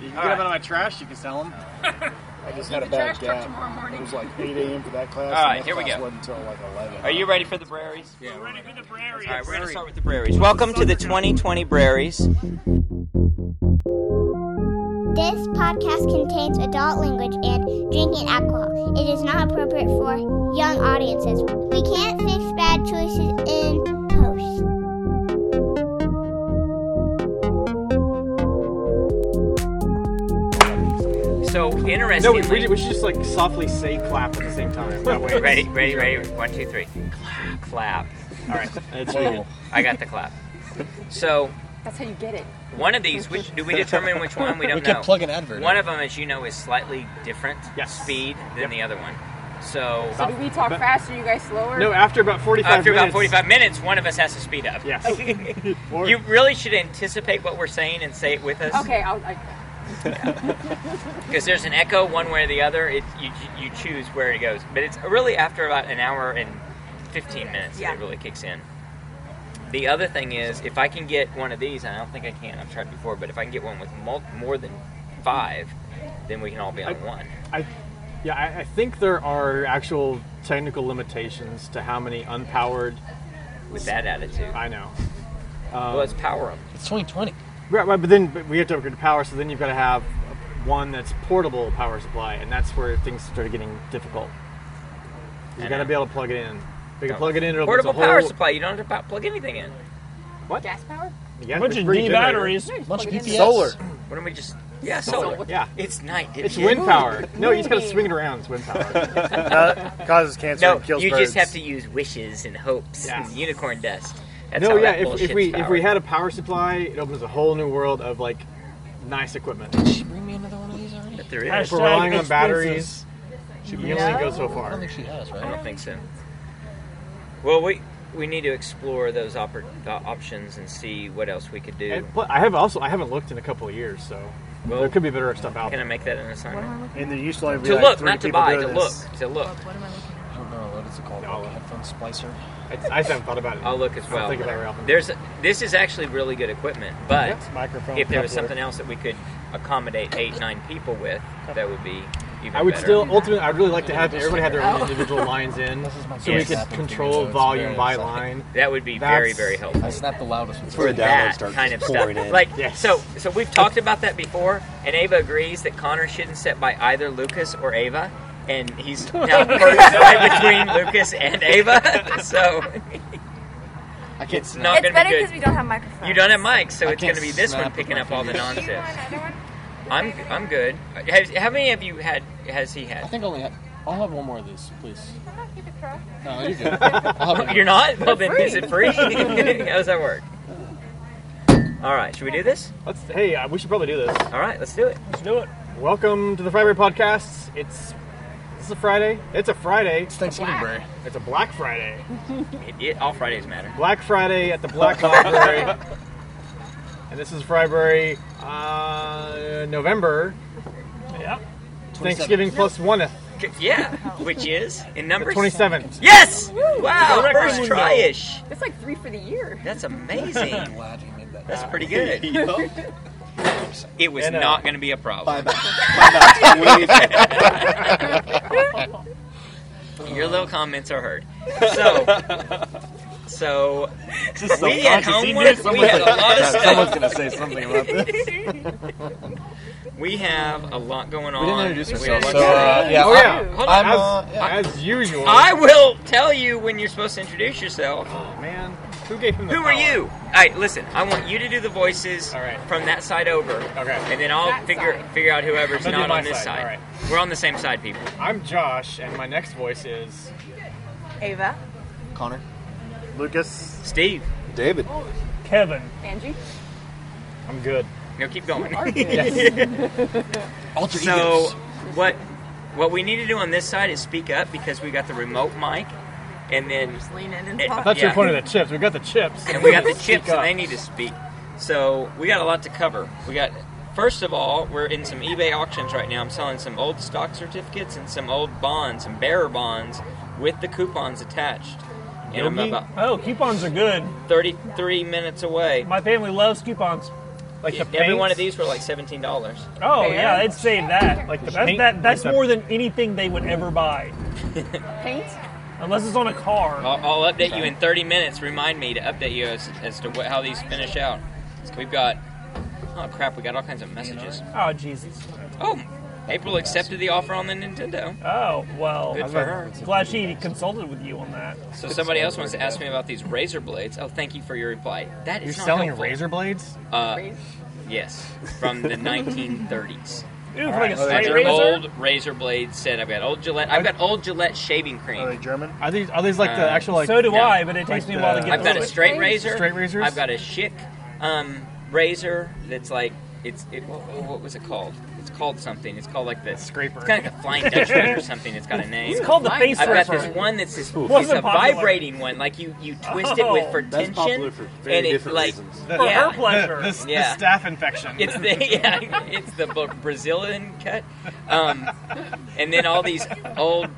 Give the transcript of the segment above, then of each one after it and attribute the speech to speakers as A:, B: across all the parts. A: You can
B: All
A: get
B: right.
A: them out of my trash. You can sell them.
C: I just
D: Need
C: had a
D: the
C: bad
D: trash truck
C: gap.
D: tomorrow morning.
C: It was like 8 a.m. for that class.
B: All right,
C: and that
B: here we
C: class
B: go.
C: Wasn't until like 11.
B: Are you ready for the Braries?
E: Yeah, we're
A: Ready
E: ready.
A: for the prairie.
B: All right, we're going to start with the Braries. Welcome to the 2020 Braries.
F: This podcast contains adult language and drinking alcohol. It is not appropriate for young audiences. We can't fix bad choices in post.
B: So,
A: No, we, we,
B: interestingly.
A: we should just like softly say clap at the same time. That way.
B: Ready, ready, ready. One, two, three. Clap. Clap. All right.
A: It's really
B: I got the clap. So,
D: That's how you get it.
B: one of these, which do we determine which one? We don't
C: We
B: know.
C: kept plugging advert.
B: One of them, as you know, is slightly different
A: Yes.
B: speed than the other one. So,
D: So do we talk
A: But-
D: faster? You guys slower?
A: No, after about 45
B: after
A: minutes.
B: about 45 minutes, one of us has to speed up.
A: Yes. Or-
B: You really should anticipate what we're saying and say it with us.
D: Okay, I'll. I,
B: Because there's an echo one way or the other. It, you, you choose where it goes. But it's really after about an hour and 15 minutes
D: Yeah.
B: that it really kicks in. The other thing is, if I can get one of these, and I don't think I can, I've tried before, but if I can get one with mul- more than five, then we can all be on
A: I-
B: one.
A: I, yeah, I, I think there are actual technical limitations to how many unpowered.
B: With that attitude.
A: I know.
B: well, let's power them.
C: It's 2020.
A: Right, right, but then but we have to upgrade to power, so then you've got to have one that's portable power supply, and that's where things start getting difficult.
B: I
A: You've got to
B: know.
A: be able to plug it in. We can plug it in. It'll
B: Portable
A: it's a
B: power
A: whole,
B: supply. You don't have to po- plug anything in.
A: What?
D: gas power?
A: Yeah,
G: bunch
A: we
G: of
A: bring
G: D
A: a generator.
G: batteries.
C: Bunch of PPS.
G: Solar.
B: Why don't we just? Yeah, solar.
A: Yeah,
B: It's night.
A: it's
B: idiot.
A: wind power. No, you just got to swing it around. It's wind power.
C: Uh, causes cancer
B: No,
C: and kills
B: you
C: birds.
B: just have to use wishes and hopes
A: Yeah.
B: and unicorn dust. That's
A: no,
B: how
A: yeah.
B: that
A: If, if
B: bullshit's
A: we if we
B: powered.
A: had a power supply, it opens a whole new world of like nice equipment. If
C: Did she bring me another one of these already?
B: there is.
G: Hashtag
A: we're relying on
G: expenses.
A: batteries, you can only
D: No.
A: go so
C: I don't
A: far.
C: think she has,
B: I
C: right?
B: don't think so. Well, we we need to explore those oppor- the options and see what else we could do.
A: And pl- I have also I haven't looked in a couple of years, so
B: Well-
A: there could be better stuff out
B: Can I
A: there.
B: make that an assignment?
C: And there used to only
B: To look, not to buy. To look. To look.
C: I don't know what it's called.
A: No.
C: Like headphone splicer.
A: I, I just haven't thought about it.
B: I'll look as
A: I'll
B: well.
A: think about it, Ralph.
B: There's this is actually really good equipment, but
C: Microphone.
B: if there was something else that we could accommodate eight nine people with, that would be even
A: I would
B: better.
A: still ultimately. I'd really like to have everybody had their own individual lines in,
C: This is my
A: so we
B: Yes.
A: could
C: snapping
A: control
C: fingers, so it's
A: volume
C: very
A: by
C: exciting.
A: line.
B: that would be very
A: That's-
B: very helpful.
C: I snapped the loudest one.
G: For a download
B: that
G: start
B: kind of
G: just
B: stuff.
G: pouring in.
B: Like
A: Yes.
B: so, so we've talked about that before, and Ava agrees that Connor shouldn't sit by either Lucas or Ava, and he's now right between Lucas and Ava. So
C: I can't snap.
B: not
D: It's
B: going to be
D: better because
B: good.
D: we don't have microphones.
B: You don't have mics, so
C: I
B: it's
C: can't
B: going to be this one
C: snap with
B: picking
C: my
B: up all the
C: fingers.
D: Do you want
B: nonsense.
D: another one?
B: I'm I'm good. Has, how many of you had? Has he
C: I
B: had?
C: think I only have. I'll have one more of these, please.
D: I'm not keeping track.
C: No, you're good. I'll have one
B: You're
C: more.
B: not. Well, then
D: free.
B: is it free? how does that work? All right, should we do this?
A: Let's, hey, uh, we should probably do this.
B: All right, let's do it.
G: Let's do it.
A: Welcome to the Friday Podcasts. It's it's a Friday. It's a Friday.
C: It's Thanksgiving, Bray.
A: It's a Black Friday.
B: Idiot. All Fridays matter.
A: Black Friday at the Black Library. and this is Friday, uh, November,
G: Yep.
A: Thanksgiving plus one, uh, the
B: Yeah, which is in numbers.
A: 27th.
B: Yes! Wow,
G: Correct.
B: first try ish.
D: That's like three for the year.
B: That's amazing.
C: Glad you made that.
B: That's pretty good. It was
A: And, uh,
B: not going to be a problem. Your little comments are heard. So, so
G: Just
B: we had homework. We had a lot of
C: Someone's
B: stuff.
C: gonna say something about this.
B: We have a lot going on.
C: We didn't introduce
B: We have
C: ourselves.
B: a lot going
C: So, uh,
B: on.
C: yeah.
A: Oh, yeah.
C: I'm,
B: Hold on.
C: I'm,
A: As,
C: uh, yeah.
A: as usual.
B: I will tell you when you're supposed to introduce yourself.
A: Man, who gave him the
B: Who are
A: power?
B: you? All right, listen. I want you to do the voices
A: All right.
B: from that side over,
A: Okay.
B: and then I'll
D: That
B: figure
D: side.
B: figure out whoever's
A: I'm gonna do
B: not on
A: my
B: this
A: side.
B: side.
A: All right.
B: We're on the same side, people.
A: I'm Josh, and my next voice is.
D: Ava,
C: Connor.
A: Lucas.
B: Steve,
H: David.
G: Kevin.
D: Angie,
A: I'm good.
B: no, keep going.
C: Alter
B: So,
C: egos.
B: what what we need to do on this side is speak up because we got the remote mic, and then
D: just lean in and
B: It-
D: talk.
A: That's your
B: Yeah.
A: point of the chips. We got the chips.
B: and we got the
A: Speak
B: chips, and
A: up.
B: they need to speak. So we got a lot to cover. We got first of all, we're in some eBay auctions right now. I'm selling some old stock certificates and some old bonds, some bearer bonds with the coupons attached. And I'm
G: Yogi.
B: about
G: Oh, coupons are good.
B: 33 minutes away.
G: My family loves coupons. Like the
B: Every one of these
G: paints?
B: were like seventeen dollars.
G: Oh
D: Fair.
G: yeah, they'd save that.
A: Like the
G: That-
A: paint-
G: that- that's
A: like the-
G: more than anything they would ever buy,
D: Paint?
G: unless it's on a car.
B: I'll, I'll update you in thirty minutes. Remind me to update you as, as to what, how these finish out. We've got oh crap, we got all kinds of messages.
G: Oh Jesus.
B: Oh, April accepted the offer on the Nintendo.
G: Oh well.
B: Good for her.
G: Glad she consulted with you on that.
B: So somebody else wants to ask me about these razor blades. Oh, thank you for your reply. That
A: You're
B: is not
A: selling
B: helpful.
A: razor blades?
B: Uh,
D: Razor?
B: yes, from the 1930s.
G: Ooh, for like a
C: All right,
G: straight
B: These are
G: razor.
B: old razor blade set. I've got old Gillette. I've got old Gillette shaving
C: Are they
B: cream.
C: German?
A: Are these are these like
B: Uh,
A: the actual like
G: so do
B: yeah.
G: I, but it takes
A: Like
G: me a while to
A: the-
G: get
B: I've got
G: through
B: a
G: it.
B: straight
D: Straight
B: razor.
A: Straight razors?
B: I've got a chic um, razor that's like it's it. What, what was it called? It's called something. It's called like the
A: Scraper.
B: It's kind of like a flying Dutchman or something. It's got a name.
G: It's called the
D: I've
G: face
B: I've got
G: stripper.
B: this one that's this, it's
G: Wasn't
B: a
G: popular.
B: vibrating one. Like you you twist it with
G: Oh,
B: for
E: That's
B: tension,
E: popular for very
B: and it
E: different
B: like
E: reasons.
G: for
B: yeah.
G: her
A: the,
G: pleasure.
A: the, the
B: Yeah.
A: staff infection?
B: It's the yeah, it's the Bra- Brazilian cut, um, and then all these old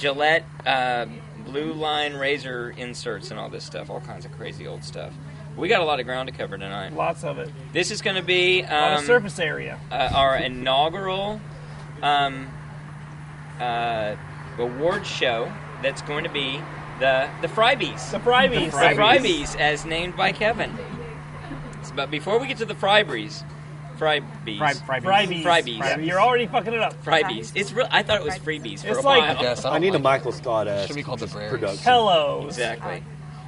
B: Gillette uh, blue line razor inserts and all this stuff, all kinds of crazy old stuff. We got a lot of ground to cover tonight.
G: Lots of it.
B: This is going to be
G: On the
B: um,
G: surface area.
B: uh, our inaugural um, uh, award show. That's going to be the the Frybees.
G: The Frybees.
B: The Frybees, as named by Kevin. But before we get to the Frybees, Frybees,
A: Fry- fry bees.
G: Frybees.
B: Frybees.
G: Yeah, You're already fucking it up.
B: Frybees. It's real. I thought it was freebies for
G: It's
B: a while.
G: like-
C: Yes,
E: I
C: don't
E: need a
C: like
E: Michael Scott ass.
C: Should be called the Brers.
E: production.
G: Hellos.
B: Exactly.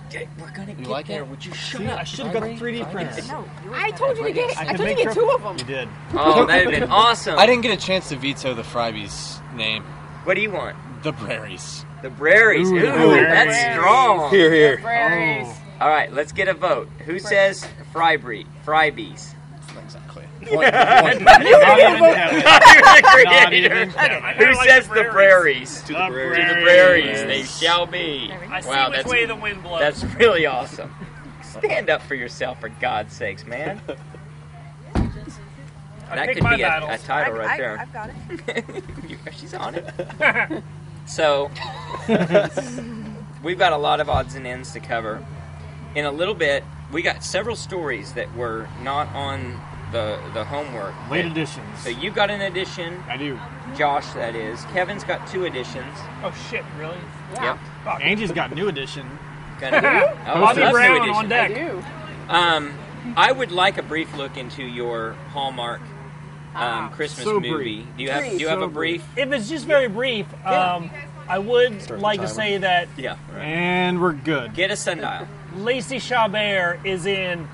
B: Okay, We're gonna get
C: like
B: there.
C: it?
B: Would you
A: See,
B: shut
A: I
B: up?
A: should have got a 3D printer.
D: No. I told you to get. I,
A: could
D: told you to
A: make
D: get
A: sure-
D: two of them.
A: You did.
B: Oh, that'd have been awesome.
C: it. I didn't get a chance to veto the Frybees name.
B: What do you want?
C: The Braries.
B: The Braries. Ooh,
A: Ooh, the
B: that's
A: Braries.
B: strong.
E: Here, here.
D: Prairies.
A: Oh.
B: All right, let's get a vote. Who says Frybree? Frybees.
C: Exactly.
A: Not even Kevin. Not even Kevin.
B: Who says the Braries?
E: To
A: The
E: the
B: To
E: Braries.
B: the Braries, they
E: Braries.
B: shall be.
G: I see
B: Wow,
G: which
B: that's
G: way the wind blows.
B: That's really awesome. Stand up for yourself, for God's sakes, man.
G: I
B: that
G: pick
B: could
G: my
B: be a, a
G: battles.
B: title right
D: I,
B: there.
D: have got it.
B: You- She's on it. so, we've got a lot of odds and ends to cover. In a little bit, we got several stories that were not on the the homework.
A: Late
B: that-
A: editions.
B: So you got an edition,
A: I do.
B: Josh. That is. Kevin's got two editions.
G: oh shit, really?
B: Yep.
G: Fuck.
A: Angie's got new edition.
B: Got a- oh,
G: Bobby
B: love new
G: Brown on
B: edition.
D: I
G: deck.
D: do.
B: Um, I would like a brief look into your Hallmark
G: Ah.
B: um, Christmas
A: so brief.
B: movie. Do you have Do you
A: So
B: have a brief?
G: If it's just very brief, um, I would
E: Start the
G: like to
E: timer.
G: say that
B: Yeah. right.
A: And we're good.
B: Get a sundial.
G: Lacey Chabert is in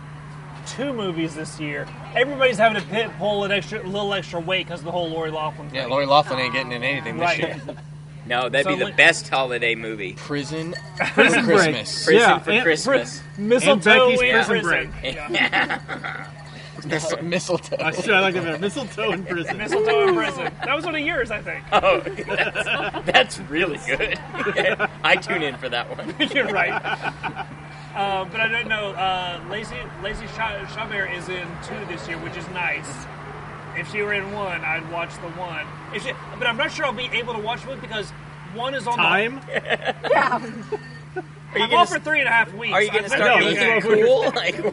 G: two movies this year. Everybody's having to pit, pull an extra, little extra weight because the whole Lori Laughlin
C: Yeah,
G: thing.
C: Lori Laughlin ain't getting in anything this
G: Right.
C: year.
B: No, that'd
G: So
B: be the
G: what-
B: best holiday movie.
C: Prison
A: Prison
C: for
A: break.
C: Christmas.
B: Prison
A: Yeah,
B: for
A: and-
B: Christmas.
G: Mistletoe
A: Becky's
G: in
A: prison
G: Break.
C: Mis- mistletoe.
A: I should. I like that better. Mistletoe in prison.
G: Mistletoe in prison. That was one of yours, I think.
B: Oh, that's, that's really good. I tune in for that one.
G: You're right. Uh, but I don't know. Uh, Lacey, Lacey Cha- Chabert is in two this year, which is nice. If she were in one, I'd watch the one. If she, but I'm not sure I'll be able to watch both because one is on
A: Time.
B: Are
G: The,
B: you
G: I'm off
B: gonna,
G: for three and a half weeks.
B: are you
G: I
B: gonna
G: think
B: start
G: I'll be
B: being
A: that's
G: okay.
A: what we're-
B: cool?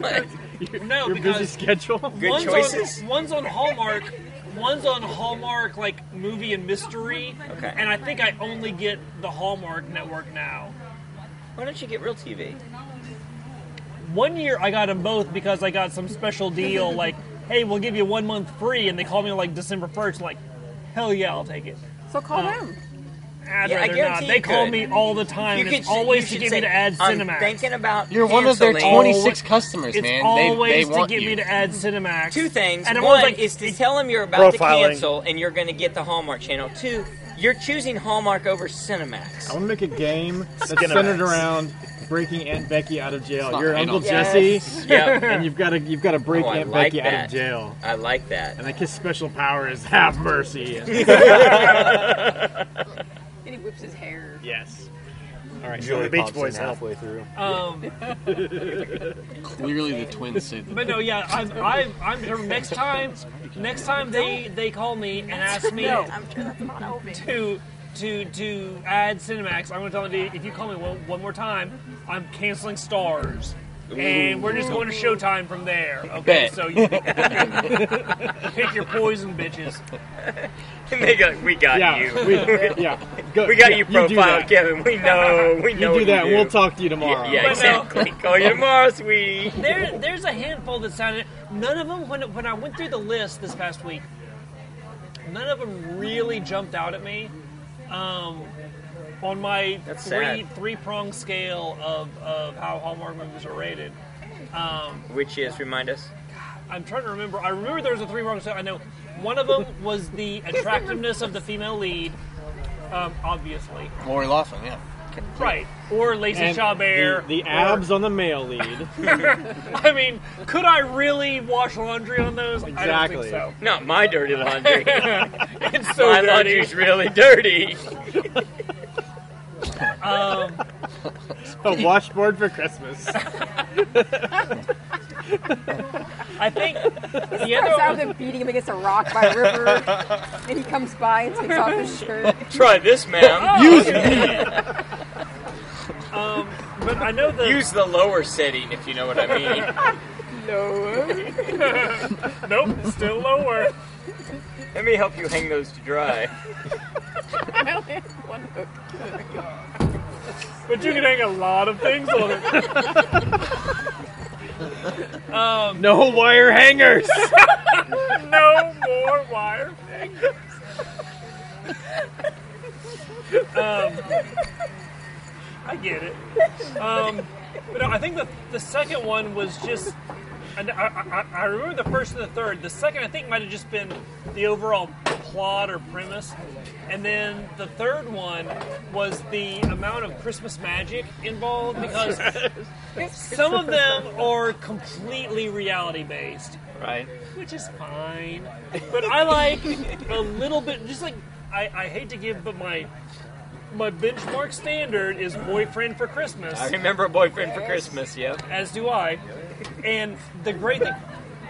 B: Like what?
G: No,
A: Your busy
G: because
A: schedule.
B: Good
G: one's
B: choices?
G: on one's on Hallmark, one's on Hallmark like movie and mystery.
B: Okay.
G: And I think I only get the Hallmark network now.
B: Why don't you get real TV?
G: One year I got them both because I got some special deal, like, hey, we'll give you one month free, and they called me like December 1st. Like, hell yeah, I'll take it.
D: So call them.
G: I'd
B: Yeah, I
G: rather
B: guarantee
G: not.
B: you
G: They call
B: could.
G: me all the time, and it's
B: could-
G: always to
B: should
G: get
B: say,
G: me to add
B: I'm
G: Cinemax.
B: thinking about
C: You're one of their
B: canceling."
C: 26 customers,
G: it's
C: man. They-
G: always
C: they want
G: to get
C: you.
G: me to add Cinemax.
B: two things.
G: And I'm
B: One
G: always like,
B: is to
G: it-
B: tell them you're about to
E: Profiling.
B: cancel and you're going to get the Hallmark Channel. Two, you're choosing Hallmark over
A: I
B: Cinemax.
A: want to make a game that's
E: Skinemax.
A: centered around breaking Aunt Becky out of jail.
C: not
A: You're
C: right
A: Uncle
C: on.
A: Jesse,
B: yeah,
A: and you've got to you've got to break
B: Oh, I
A: Aunt
B: like
A: Becky out
B: that.
A: of jail.
B: I like that.
A: And I guess special power is have mercy.
D: And he whips his hair.
A: yes. All right. so
E: Julie
A: the Beach
E: pops in
A: Boys help.
E: halfway through.
G: um,
C: Clearly the twins said that.
G: but no, yeah, I'm, I'm, I'm determined. Next time, next time they, they call me and ask me
D: No, I'm sure that's not helping.
G: to to to add Cinemax, I'm gonna tell them if you call me one, one more time, I'm canceling Stars. and we're just going to Showtime from there. Okay,
C: Bet.
G: so you pick your poison, bitches.
B: And they go, we got
A: yeah,
B: you.
A: we, yeah. Go,
B: We got
A: yeah,
B: you
A: do that.
B: profiled, Kevin. We know. We
A: You
B: know.
A: do
B: what
A: that.
B: You
A: We'll talk to you tomorrow.
B: Yeah,
G: But now-
B: exactly. Call you tomorrow, sweet.
G: There, there's a handful that sounded. None of them, when, when I went through the list this past week, none of them really jumped out at me. Um, on my
B: That's
G: three
B: sad.
G: three prong scale of, of how Hallmark movies are rated,
B: Which is remind us.
G: I'm trying to remember. I remember there was a three prong scale. I know one of them was the attractiveness of the female lead, um, obviously,
C: Lori Laughlin, yeah.
G: right? Or Lacey
A: And
G: Chabert.
A: the, the
G: or-
A: abs on the male lead.
G: I mean, could I really wash laundry on those? I don't
A: Exactly.
G: think so.
B: Not my dirty laundry.
G: It's so
B: my
G: dirty.
B: laundry's really dirty.
A: a washboard for Christmas.
G: I think the
D: I
G: other
D: saw
G: one,
D: them beating him against a rock by a river. and he comes by and takes off his shirt.
B: Try this, ma'am.
A: Use me.
G: but I know the
B: Use the lower setting if you know what I mean.
D: No.
G: nope, it's still lower.
B: Let me help you hang those to dry.
D: I only have one hook.
G: But you can hang a lot of things on it.
A: No wire hangers.
G: No more wire. um, I get it. Um, but I think the the second one was just. And I, I, I remember the first and the third. The second, I think, might have just been the overall plot or premise, and then the third one was the amount of Christmas magic involved because some of them are completely reality based
C: Right.
G: which is fine. But I like a little bit, just like I, I hate to give, but my my benchmark standard is boyfriend for Christmas,
B: I remember a boyfriend for Christmas, yeah.
G: as do I. And the great thing,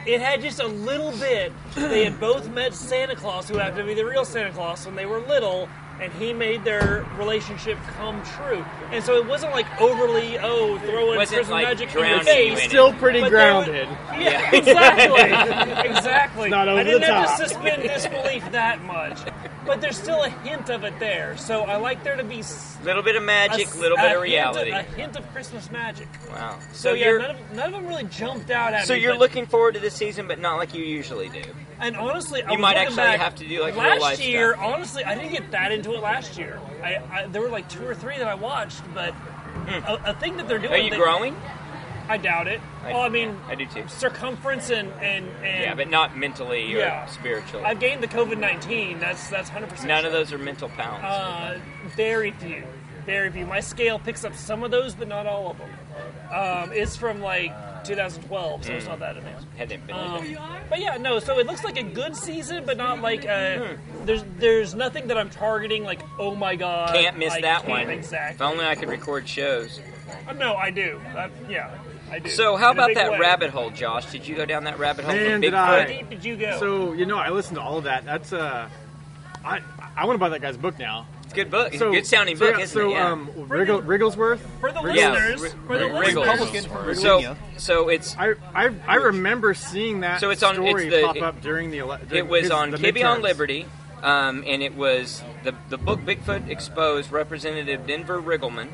G: it had just a little bit. They had both met Santa Claus, who happened to be the real Santa Claus when they were little. And he made their relationship come true, and so it wasn't like overly oh throwing
B: Wasn't,
G: Christmas
B: like,
G: magic in your
B: drowning you in
G: face.
B: it.
A: Still pretty
G: But there were-
A: grounded.
G: Yeah, exactly. exactly.
A: not over
G: I didn't
A: the
G: have
A: top.
G: to suspend disbelief that much. But there's still a hint of it there. So I like there to be s-
B: Little bit of
G: a
B: magic,
G: s-
B: little bit
G: a
B: of reality.
G: Hint of, a hint of Christmas magic.
B: Wow. So,
G: So, yeah,
B: you're
G: none of, none of them really jumped out at
B: so
G: me.
B: you're
G: but-
B: looking forward to this season, but not like you usually do.
G: And honestly, I
B: You
G: was
B: might
G: looking
B: actually
G: back,
B: have to do, like, real
G: last
B: life
G: year.
B: stuff.
G: Honestly, I didn't get that into it last year. I, I there were like two or three that I watched, but a, a thing that they're doing.
B: Hmm. Are you
G: that-
B: growing?
G: I doubt it.
B: I-
G: well, I mean,
B: I do too.
G: Circumference and and, and
B: Yeah, but not mentally or
G: Yeah.
B: spiritually.
G: I've gained the COVID nineteen. That's that's hundred percent.
B: None of those are mental pounds.
G: Uh, very few, very few. My scale picks up some of those, but not all of them. Um, it's from like 2012, so it's not that advanced.
B: Hadn't been
G: Um, but yeah, no. So it looks like a good season, but not like uh
B: Hmm.
G: there's there's nothing that I'm targeting. Like, oh my god,
B: Can't miss
G: I
B: that
G: can't
B: one. If
G: Exactly.
B: only I could record shows.
G: Uh, no, I do. Uh, yeah, I do.
B: So how
G: In a
B: about
G: big
B: that
G: way.
B: rabbit hole, Josh? Did you go down that rabbit hole
A: Man,
B: for
A: did
G: How
A: I.
B: Bigfoot?
G: deep did you go?
A: So you know, I listened to all of that. That's uh, I I want to buy that guy's book now.
B: It's a good book. It's
A: So
B: a good sounding
A: so,
B: book,
A: yeah,
B: isn't
A: so,
B: it? Yeah.
A: um, Wriggle, Wrigglesworth.
G: for the
A: Yeah.
G: listeners, for the
B: Wriggles.
G: listeners,
C: Republican from
B: so
C: Virginia.
B: so it's
A: I, I I remember seeing that
B: So it's on-
A: story
B: it's the-
A: pop
B: it-
A: up during the ele-
B: it
A: during
B: was
A: his-
B: on
A: the
B: Kibbe on
A: midterms.
B: Liberty, um, and it was the the book Bigfoot exposed Representative Denver Riggleman,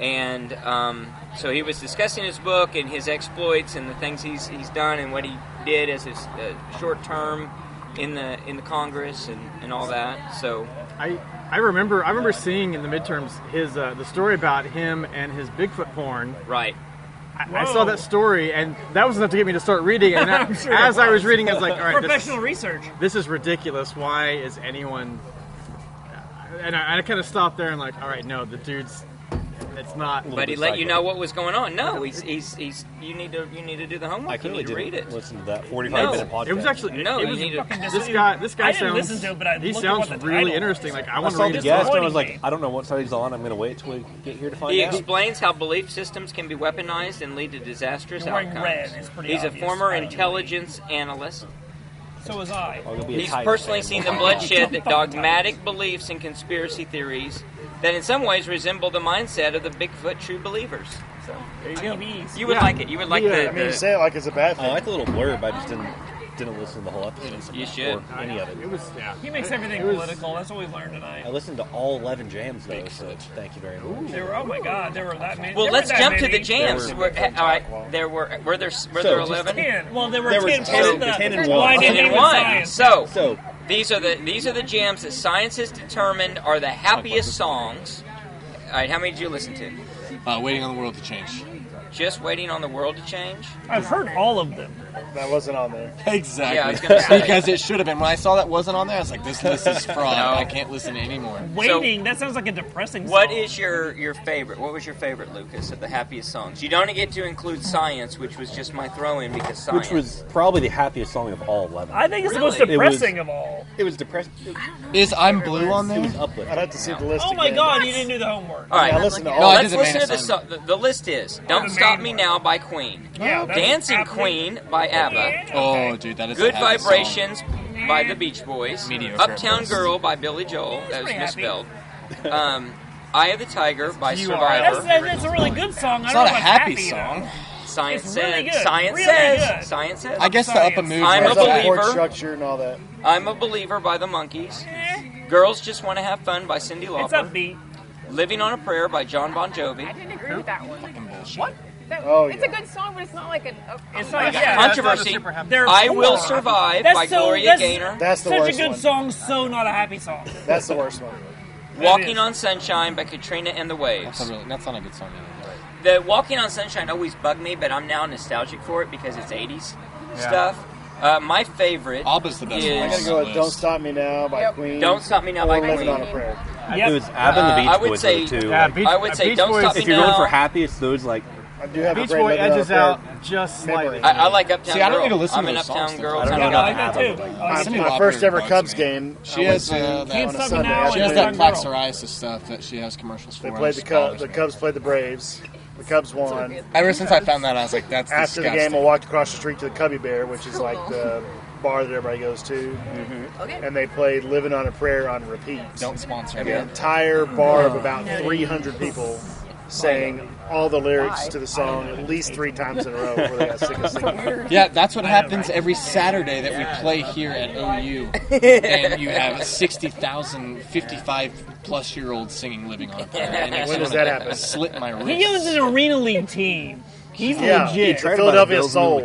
B: and um, so he was discussing his book and his exploits and the things he's he's done and what he did as his uh, short term in the in the Congress and, and all that. So
A: I I remember I remember seeing in the midterms his uh, the story about him and his Bigfoot porn.
B: right,
A: I, I
G: Whoa.
A: saw that story and that was enough to get me to start reading. And I-
G: sure it
A: as I was reading, I was like, all right, this,
G: professional research.
A: this is ridiculous. Why is anyone? And I, I kind of stopped there and like, all right, no, the dude's. It's not.
B: but he let you know what was going on. No, he's he's, he's you need to you need to do the homework.
E: I
B: you
E: clearly
B: need to
E: didn't
B: read it.
E: listen to that 45
B: No.
E: minute podcast.
A: It was actually.
B: No,
A: it
B: you
A: was-
B: need to.
A: This guy. This guy
G: I didn't
A: sounds.
G: listen to it, but I
A: he
G: looked at
A: sounds
G: what the
A: really
G: title
A: interesting.
G: was.
A: Like I
E: I
A: want to
E: saw
A: read
E: the
A: his
E: guest and I
G: disappointing
E: was
G: me.
E: like, I don't know what side he's on. I'm going to wait till we get here to find
B: He
E: out.
B: explains how belief systems can be weaponized and lead to disastrous
G: You're wearing
B: outcomes.
G: red. It's pretty
B: He's a
G: obvious.
B: former
G: I don't
B: intelligence analyst.
G: So was I.
E: I'm gonna be a
B: He's
E: tiger
B: personally
E: fan.
B: seen the bloodshed that dogmatic beliefs and conspiracy theories that in some ways resemble the mindset of the Bigfoot true believers. So there you go.
G: TVs.
B: You would
A: Yeah.
B: like it. You would like
A: Yeah, I
B: the.
H: I mean, you
B: the-
H: say it like it's a bad
E: I
H: thing.
E: like the little blurb. I just didn't didn't listen to the whole episode.
B: You should.
E: Or any of
A: It
E: it.
A: was yeah.
G: He makes everything
A: It was-
G: political. That's what we learned
E: I
G: tonight.
E: listened to all eleven jams though. So thank you very much.
G: There were, oh my god, there were that many.
B: well,
G: there
B: let's
G: were that
B: jump to
G: many.
B: the jams.
E: There
B: Were- uh, all right, there were were there were
E: So,
B: there
E: just
B: eleven?
G: Ten. Well, there were
E: There was
G: ten. plus
E: ten-
G: the
E: ten and
G: wine
E: one.
G: and
E: Ten
B: Ten and
G: human
B: one.
G: science.
B: So
E: So
B: These are the these are the jams that science has determined are the happiest songs. All right, how many did you listen to?
C: Uh, waiting on the world to change.
B: Just waiting on the world to change.
G: I've heard all of them.
H: That wasn't on there.
C: Exactly.
B: Yeah, I was gonna say.
C: because it should have been. When I saw that wasn't on there, I was like, this list is fraud.
B: No.
C: I can't listen to anymore.
G: Waiting. that sounds like a depressing.
B: What
G: song.
B: is your your favorite? What was your favorite, Lucas, of the happiest songs? You don't get to include science, which was just my throw-in because science.
E: which was probably the happiest song of all eleven.
G: I think it's the most
E: It was-
G: depressing of all.
E: it was depressing. It
C: Is I'm Blue on there?
E: was uplifting.
H: I'd have to see
B: No.
H: the list.
G: Oh my
H: again.
G: god, you didn't do the homework.
B: all right.
H: Yeah, listen to all.
C: No, I
B: let's
C: did the main
B: listen to the, so-
C: assignment.
B: the the list is "Don't
G: the
B: Stop
G: main
B: Me
G: one.
B: Now" by Queen,
G: Yeah, that's
B: "Dancing
G: absolutely-
B: Queen" by ABBA,
C: Oh, dude, that is
B: "Good
C: a happy song.
B: Vibrations" by the Beach Boys,
C: Mediocre at
B: "Uptown
C: best.
B: Girl" by Billy Joel. That was
G: pretty happy.
B: misspelled. Um, "Eye of the Tiger" by
C: You are-
B: Survivor.
G: That's, that- that's a really good song. I
C: It's
G: don't
C: not a
G: know if
C: happy
G: it's though.
C: song.
B: Science
G: It's
B: says.
G: really good.
B: Science
G: Really
B: says.
G: good.
B: Science says.
C: I guess the
G: Sorry,
C: up and
G: it's-
C: move.
B: I'm
C: was
B: a
H: There's that
C: bad.
H: chord
B: believer.
H: structure and all that.
B: I'm a believer by the Monkees.
G: Eh,
B: Girls just want to have fun by Cindy
G: It's
B: Lauper.
G: upbeat.
B: Living on a Prayer by John Bon
I: I
B: Jovi.
I: didn't agree with that one.
G: What?
I: That,
H: Oh,
I: it's
H: yeah.
I: a good song, but it's not like an. a-
G: It's not. Yeah.
A: That's not a
B: Controversy.
A: super happy-
G: There are
B: I Will
G: four.
B: Survive
G: That's
B: by
G: so-
B: Gloria
G: that's-
B: Gaynor.
H: That's the
G: Such a
H: worst
G: good
H: one.
G: song, so not a happy song.
H: That's the worst one.
B: Walking
G: is.
B: on Sunshine by Katrina and the
C: That's, a
B: Waves.
C: really, that's not a good song either.
B: The Walking on Sunshine always bugged me, but I'm now nostalgic for it because it's 80s stuff. Uh, my favorite
C: ABBA's the best
B: is
C: one.
H: I gotta go with "Don't Stop Me Now" by
I: Yep.
H: Queen.
B: Don't Stop Me Now
H: or
B: by
H: "Living
B: Queen.
H: on a Prayer.
G: Yep.
E: It was Ab and
B: Uh,
E: the Beach
B: I would
E: Boys
B: say-
E: were the two.
A: Yeah,
E: like,
A: Beach,
B: I would say
A: Beach
B: Don't
A: Boys,
B: Stop Me
E: if you're going
B: Now.
E: for happy, it's those like
H: I do have
A: Beach
H: a great
A: Boy
H: "Living on
A: edges
H: a Prayer."
A: out just slightly.
H: Memory.
B: I, I like Uptown
C: See, I don't
B: Girl.
C: need to listen
B: I'm
C: to
B: an
C: those
B: Uptown
C: songs,
B: Girl.
E: I don't
B: kind
E: know
B: of
G: I like
E: about
G: that
E: Ab.
G: too.
E: but, like,
G: I like
C: Cindy
G: that.
H: My
C: Lauper
H: first ever
C: bugs
H: Cubs
C: me.
H: game.
C: She
H: I went
C: has
H: to-
C: uh, that
H: on
G: Can't
H: a
C: one-
G: Stop Me
H: Sunday
G: Now
H: after
C: She
G: is
C: has
H: they-
C: that
G: Black
C: plaque
G: Girl.
C: psoriasis stuff that she has commercials for.
H: They
C: and
H: played
C: it
H: the
C: just
H: Cubs.
C: bothers
H: The
C: me.
H: Cubs played the Braves. The Cubs won.
C: Ever since I found that, I was like, that's
H: After the
C: disgusting.
H: game, I walked across the street to the Cubby Bear, which is like the bar that everybody goes to,
B: Mm-hmm.
I: Okay.
H: and they played "Living on a Prayer" on repeat.
C: Don't sponsor
H: and
C: me.
H: the entire bar of about 300 people sang all the lyrics to the song at least three times in a row before they got sick of singing. it.
C: Yeah, that's what happens every Saturday that we play here at OU. and you have 60,000 55 plus year olds singing Living on a Prayer. And it makes
H: When
C: me
H: does
C: wanna
H: that happen?
C: Slit my wrist.
G: He uses an arena league team. He's
H: Yeah,
G: legit.
H: the Philadelphia Soul.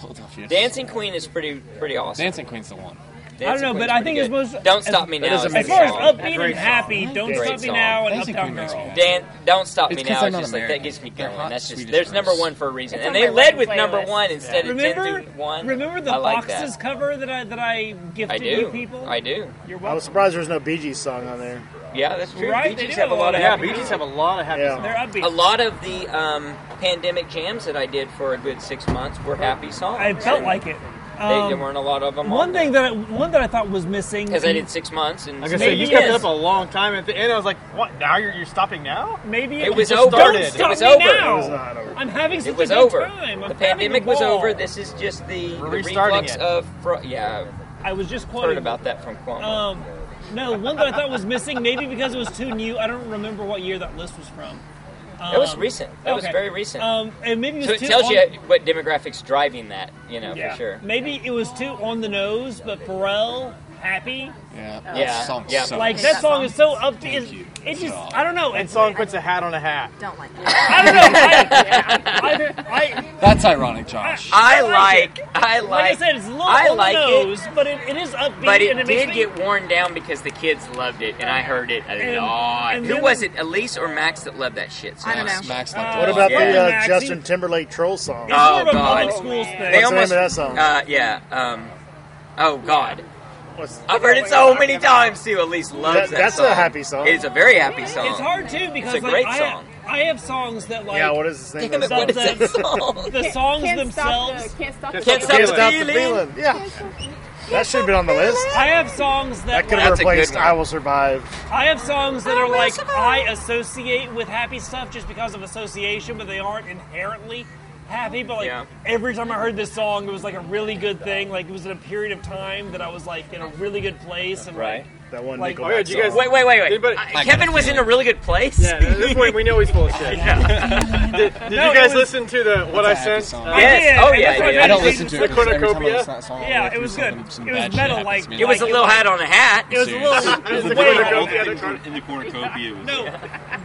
C: Philadelphia.
B: Dancing Queen is pretty pretty awesome.
C: Dancing Queen's the one.
G: I don't know, but I think it's most.
B: Don't
G: as-
B: stop me now.
H: is
B: is
H: a
B: the
G: As far as
B: song.
G: upbeat
A: Great song.
G: and happy, don't
B: Great
G: stop me
B: song.
G: now and
C: Basically
G: uptown
C: makes me
G: girl.
C: happy.
B: Dan, don't stop me
C: It's 'cause
B: now.
C: I'm
B: It's
C: not
B: just like that
C: American.
B: gets me
C: They're
B: going.
C: hot
B: That's just
C: Swedish
B: there's
C: girls.
B: number one for a reason,
I: It's
B: and
I: on
B: they
I: my
B: led
I: wedding
B: with number
I: playlist.
B: one instead of
G: Remember,
B: ten through one.
G: remember the
B: I like
G: boxes
B: that.
G: cover that I that I
B: I
G: gifted you
B: do.
G: people.
B: I do.
G: You're
H: I was
G: welcome.
H: surprised there was no Bee Gees song on there.
B: Yeah, that's true.
G: Right,
B: Bee
G: they
B: Gees
G: do
B: have a lot of
A: yeah,
B: happy
A: Bee Gees have a lot of happy
H: Yeah.
A: songs.
G: They're upbeat.
B: A lot of the um, pandemic jams that I did for a good six months were happy songs.
G: I felt
B: and
G: like it.
B: they, there
G: Um,
B: weren't a lot of them.
G: one thing that I, one that I thought was missing
B: because I did six months and
A: Like I said,
G: Maybe
A: you kept it
G: it is.
A: up a long time. At the end, I was like, "What? Now you're you're stopping now?"
G: Maybe
B: It was
G: just
B: over.
G: Don't
A: It
G: stop
B: was
G: me
B: over.
G: now.
H: It was not over.
G: I'm having such
B: it was
G: a good
B: over.
G: time. I'm
B: the
G: having
B: pandemic
G: a
B: was
G: ball.
B: over. This is just the, the
A: We're restarting
B: reflux
A: it.
B: of fro- yeah.
G: I was just
B: I've
G: quoting.
B: heard about that from Cuomo.
G: Um, no, one that I thought was missing, maybe because it was too new. I don't remember what year that list was from. Um,
B: That was recent. That was
G: okay.
B: very recent.
G: Um, and maybe it was
B: so it
G: too
B: tells
G: on-
B: you what demographics driving that, you know,
G: Yeah.
B: for sure.
G: Maybe it was too on the nose, but Pharrell, happy.
C: Yeah.
B: Yeah,
C: That song
B: yeah.
C: sucks.
G: Like
I: that
G: that song
I: song.
G: is so up. It,
C: Thank you.
G: it just, I don't know.
A: That
G: It's
A: song puts a hat on a hat.
I: Don't like it.
G: I don't know. I, I,
C: That's ironic, Josh.
B: I
G: like
B: like, I
G: I, like I
B: like,
G: said, it's a little
B: I
G: on
B: like
G: the nose,
B: it,
G: but it, it is upbeat.
B: but it
G: and it
B: did
G: makes me,
B: get worn down because the kids loved it, and I heard it a
G: And-
B: lot.
G: and
B: Who
G: then-
B: was it, Elise or Max, that loved that shit? So
I: I don't know.
C: Max liked
G: Uh,
C: it.
H: What about the
B: Yeah.
H: uh, Justin Timberlake troll song?
G: It's more of a
B: Oh, God.
G: public schools thing.
B: They
H: What's the name
B: almost,
H: of that song?
B: Uh, yeah. Um, oh God,
H: What's-
B: I've heard it so many times too. Elise loves that.
H: That- that's a
B: song.
H: happy song.
B: It's a very happy song.
G: It's hard too because
B: It's a
G: like,
B: great
G: I,
B: song.
G: I have songs that like
H: yeah, what is his name?
B: Damn it, what is
G: Sometimes-
B: that song?
G: the songs
I: can't
G: themselves.
I: Stop the, can't stop
A: Can't
I: the
B: Can't
I: feeling.
B: stop the
H: Can't stop the
B: feeling.
H: feeling. Yeah, that should have been on the list.
G: I have songs that,
H: That could
G: like,
H: have
B: That's a good
H: replaced
B: one.
H: "I Will Survive."
G: I have songs that
I: I
G: are
I: will
G: like
I: survive.
G: I associate with happy stuff just because of association, but they aren't inherently happy, but like
B: Yeah.
G: every time I heard this song, it was like a really good thing. Like it was in a period of time that I was like in a really good place and
B: Right.
H: That one
G: Like-
H: Nickelback
A: Oh, yeah, did you guys-
H: song.
B: Wait, wait, wait, wait.
A: Anybody-
B: Uh,
A: I
C: got
B: Kevin
C: a
B: was in
C: feeling.
B: a really good place.
A: Yeah, at this point we know he's full of shit. Did, did
G: No,
A: you guys
G: it was-
A: listen to the what I
C: That's a happy
A: sent?
C: song.
G: Like,
A: Uh,
B: Yes. Oh,
G: yeah, and
B: yeah,
G: that's
B: yeah,
G: what
A: yeah.
C: I don't
G: made
C: listen
G: me-
C: to it. 'cause every time I
A: Cornucopia?
C: listen to that song, I
G: Yeah,
C: look
G: it
C: through
G: was
C: some-
G: good.
C: some
G: It was
C: bad shit
G: metal,
C: happens
G: like-
C: to me.
B: It was a little hat on a hat.
G: It was a little.
A: It was the
G: Wait.
A: cornucopia. The corn-
J: in the cornucopia was
G: No,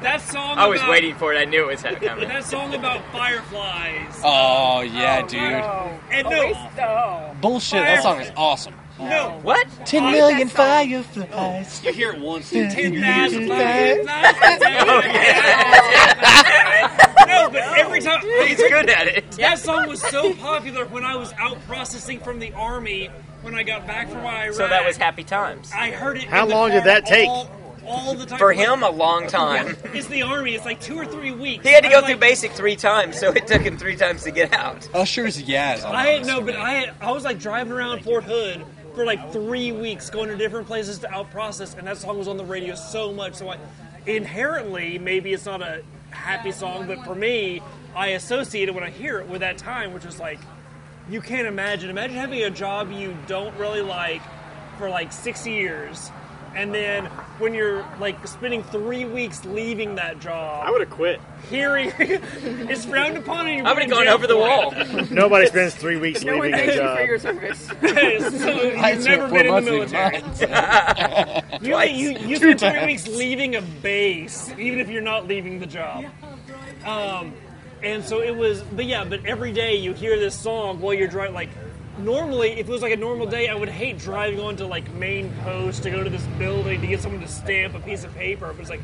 G: that song.
B: I was
G: about-
B: waiting for it. I knew it was had coming.
G: That song about fireflies.
C: Oh yeah, dude.
I: No. At
G: And
I: least,
G: no,
I: oh.
C: Bullshit. That song is awesome.
G: no,
B: What?
C: Ten million fireflies.
J: You hear it once, and
G: ten
C: you
G: thousand
C: do
H: Oh,
G: Oh, No, but every time
B: He's good at it.
G: that song was so popular when I was out processing from the army when I got back from Iraq.
B: So that was happy times.
G: I heard it.
H: How
G: in the
H: long did
G: car
H: that take?
G: All, all the time
B: For him, a long time.
G: It's the army. It's like two or three weeks.
B: He had to
G: I'm
B: go
G: like-
B: through basic three times, so it took him three times to get out.
C: Usher's Yaz.
G: I had no, but I had, I was like driving around Fort Hood for like three weeks, going to different places to out process, and that song was on the radio so much. So I inherently, maybe it's not a happy song, but for me, I associate it when I hear it with that time, which is like you can't imagine. Imagine having a job you don't really like for like six years. And then when you're like spending three weeks leaving that
A: I
G: job,
A: would have quit.
G: hearing it's frowned upon, and you're
B: I would have
G: in
B: gone
G: jail
B: over the
G: for it.
B: wall.
H: Nobody spends three weeks
I: No one
H: leaving
I: thanks
H: a
I: you for your
H: job.
I: service.
G: so you've never been in the military. You, you, you spend three weeks leaving a base, even if you're not leaving the job. Um, and so it was, but yeah, but every day you hear this song while you're driving. Like, normally, if it was like a normal day, I would hate driving on to like main post to go to this building to get someone to stamp a piece of paper. But it's like,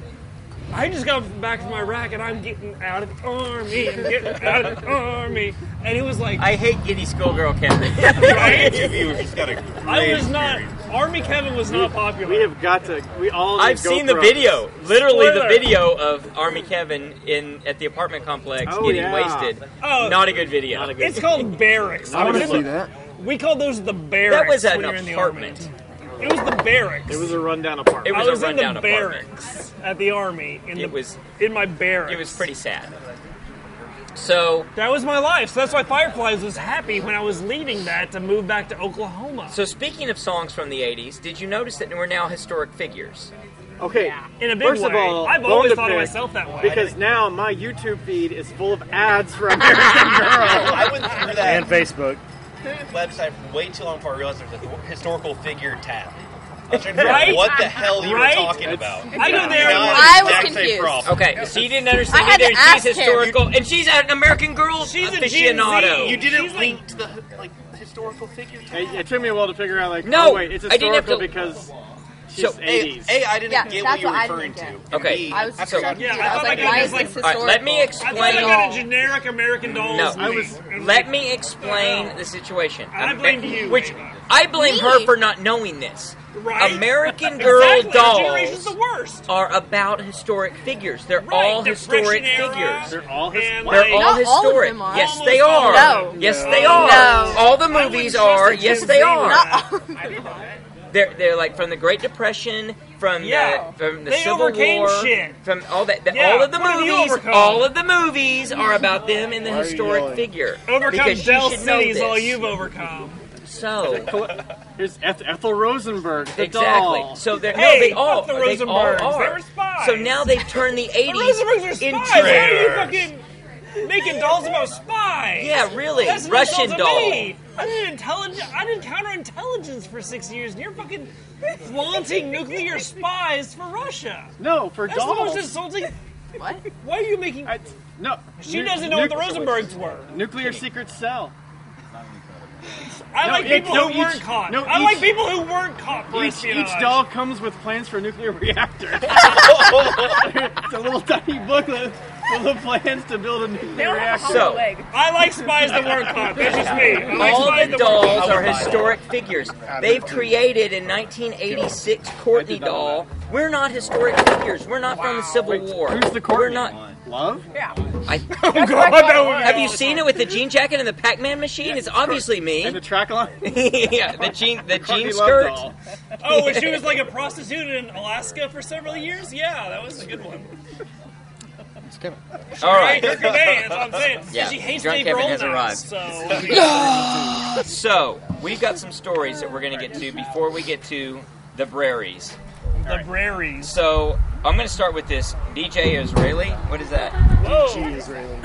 G: I just got back from Iraq and I'm getting out of the army. I'm getting out of the army. And it was like,
B: I hate giddy schoolgirl Kevin.
G: right?
J: you just got a great
G: I was not,
J: experience.
G: Army Kevin was not popular.
A: We have got to. We all. need
B: I've
A: to go
B: seen the
A: through
B: video, literally
G: Spoiler.
B: the video of Army Kevin in at the apartment complex
A: Oh,
B: getting
A: yeah.
B: wasted.
G: Oh.
B: not a good video.
A: Not a good-
G: It's called barracks.
A: I wanna see
C: that.
G: We call those the barracks.
B: that was
G: when
B: an
G: you're in the
B: apartment.
G: army. It was the barracks.
A: It was a rundown apartment.
B: It
G: I
B: was a
G: was in
B: rundown
G: the
B: apartment.
G: barracks at the army. In
B: It
G: the,
B: was-
G: in my barracks.
B: It was pretty sad. So,
G: That was my life. So that's why Fireflies was happy when I was leaving that to move back to Oklahoma.
B: so speaking of songs from the '80s, did you notice that we're now historic figures?
A: Okay.
G: in a big
A: First
G: way.
A: of all,
G: I've
A: bone
G: always
A: to
G: thought of
A: pick,
G: myself that way.
A: Because now my YouTube feed is full of ads for American Girl.
J: I went through
H: And
J: that
H: Facebook.
J: website for way too long before I realized there was a historical figure tab. I was trying to figure
G: Right?
J: out what the hell you
G: Right?
J: were talking about.
G: I
J: Now
G: go there. and
J: have
D: I
J: the
D: was
J: exact same
D: confused.
J: problem.
B: Okay, so you didn't understand
D: I had to
B: either. She's
D: ask him.
B: historical, and she's an American Girl
G: She's a Gen
B: aficionado.
G: Z.
J: You
G: She's
J: didn't
G: like-
J: link to the like historical figure tab.
A: it, it took me a while to figure out. Like,
B: No,
A: oh, wait, it's
B: I didn't have
A: historical
B: to-
A: because she's
B: So,
J: A,
A: 80s.
J: A, I didn't
D: Yeah,
J: get
D: that's
J: what you were
D: what I
J: referring to.
D: didn't
J: And
B: Okay.
J: B,
D: I was
J: I
D: so
J: forgot
D: confused.
G: Yeah, I
D: I was
G: thought
D: like,
G: that
D: why
G: guy
D: is
G: was
D: this
G: like-
B: All right,
D: historical?
B: let me
G: I
B: explain.
G: thought I got a
D: No.
G: generic American Dolls.
B: No,
A: I was-
G: league.
B: Let me explain the situation.
G: I
B: Um,
G: blame you,
B: Which
G: Ava.
B: I blame
D: Me?
B: her for not knowing this.
G: Right?
B: American Girl
G: exactly. Our generation's
B: dolls
G: the worst.
B: are about historic figures. They're
G: Right,
B: all
G: Depression
B: historic
G: era,
B: figures.
A: They're all his-
G: and,
B: They're
G: like,
B: all
D: Not all of
B: historic.
D: them are.
B: Yes,
G: Almost
B: they
G: all
B: are.
G: of
D: them. No.
B: Yes,
H: No.
B: they are.
D: No.
B: All the
G: wouldn't
B: movies
G: trust
B: are.
G: a Gen
B: Yes, they
G: Z
B: are.
G: right
D: Not all-
B: They're they're like from the Great Depression, from
G: Yeah.
B: the from the
G: They
B: Civil
G: overcame
B: War,
G: shit.
B: from all that. the-
G: Yeah,
B: All of the
G: what have you
B: movies,
G: overcome?
B: all of the movies are about them and the
H: Why are you
B: historic
H: yelling?
B: figure.
G: Overcome
B: because you
G: Dell
B: should know
G: City is all
B: this.
G: you've overcome.
B: So
A: Here's Eth- Ethel Rosenberg, the
B: exactly.
A: doll.
B: So they're
G: Hey,
B: no, they all
G: fuck the
B: they all
G: Rosenbergs.
B: are.
G: They were spies.
B: So now they've turned the
G: The
B: eighties
G: Rosenbergs are
B: into
G: spies. Why are you fucking making dolls about spies?
B: yeah, really
G: That's an
B: Russian
G: insult to
B: doll.
G: me. I did intelligence. I did counterintelligence for six years, and you're fucking flaunting nuclear spies for Russia.
A: no, for
G: That's the
A: dolls.
G: most insulting.
D: What?
G: Why are you making?
A: I- no,
G: she
A: nu-
G: doesn't know what the
A: nuc-
G: Rosenbergs were.
A: Nuclear secret cell.
G: I
A: No,
G: like
A: it-
G: people
A: no,
G: who
A: each-
G: weren't caught.
A: no,
G: I
A: each-
G: like people who weren't caught for
A: Each, each
G: espionage.
A: doll comes with plans for a nuclear reactor. it's a little tiny booklet full of plans to build a
I: They
A: nuclear
I: don't have a
A: reactor.
I: hollow
B: So-
I: leg.
G: I like spies that weren't caught. That's just me. I like
B: All
G: spies
B: the
G: that weren't
B: dolls
G: caught.
B: are historic figures. They've created in 1986 Courtney doll. We're not historic figures. We're not from the Civil
A: Wait,
B: War.
A: who's the
B: We're
A: Courtney?
B: not.
A: Love?
I: Yeah.
B: I,
I: God, that would be
B: have you seen it with the jean jacket and the Pac-Man machine? It's obviously
A: And the
B: me.
A: track line?
B: yeah, the jean the jean
A: Courtney
B: skirt.
A: Love doll.
G: Oh, when she was like a prostitute in Alaska for several years? Yeah, that was a good one.
C: Kevin.
B: All right.
G: Drunk Kevin, that's what I'm saying.
B: Yeah,
G: She hates
B: Drunk
G: Dave
B: Kevin
G: Grohl
B: has
G: now,
B: arrived. so
G: so-
B: we've got some stories that we're going to get to before we get to the Braries.
G: The Braries.
B: So I'm going to start with this DJ Israeli. What is that?
H: DG Israeli.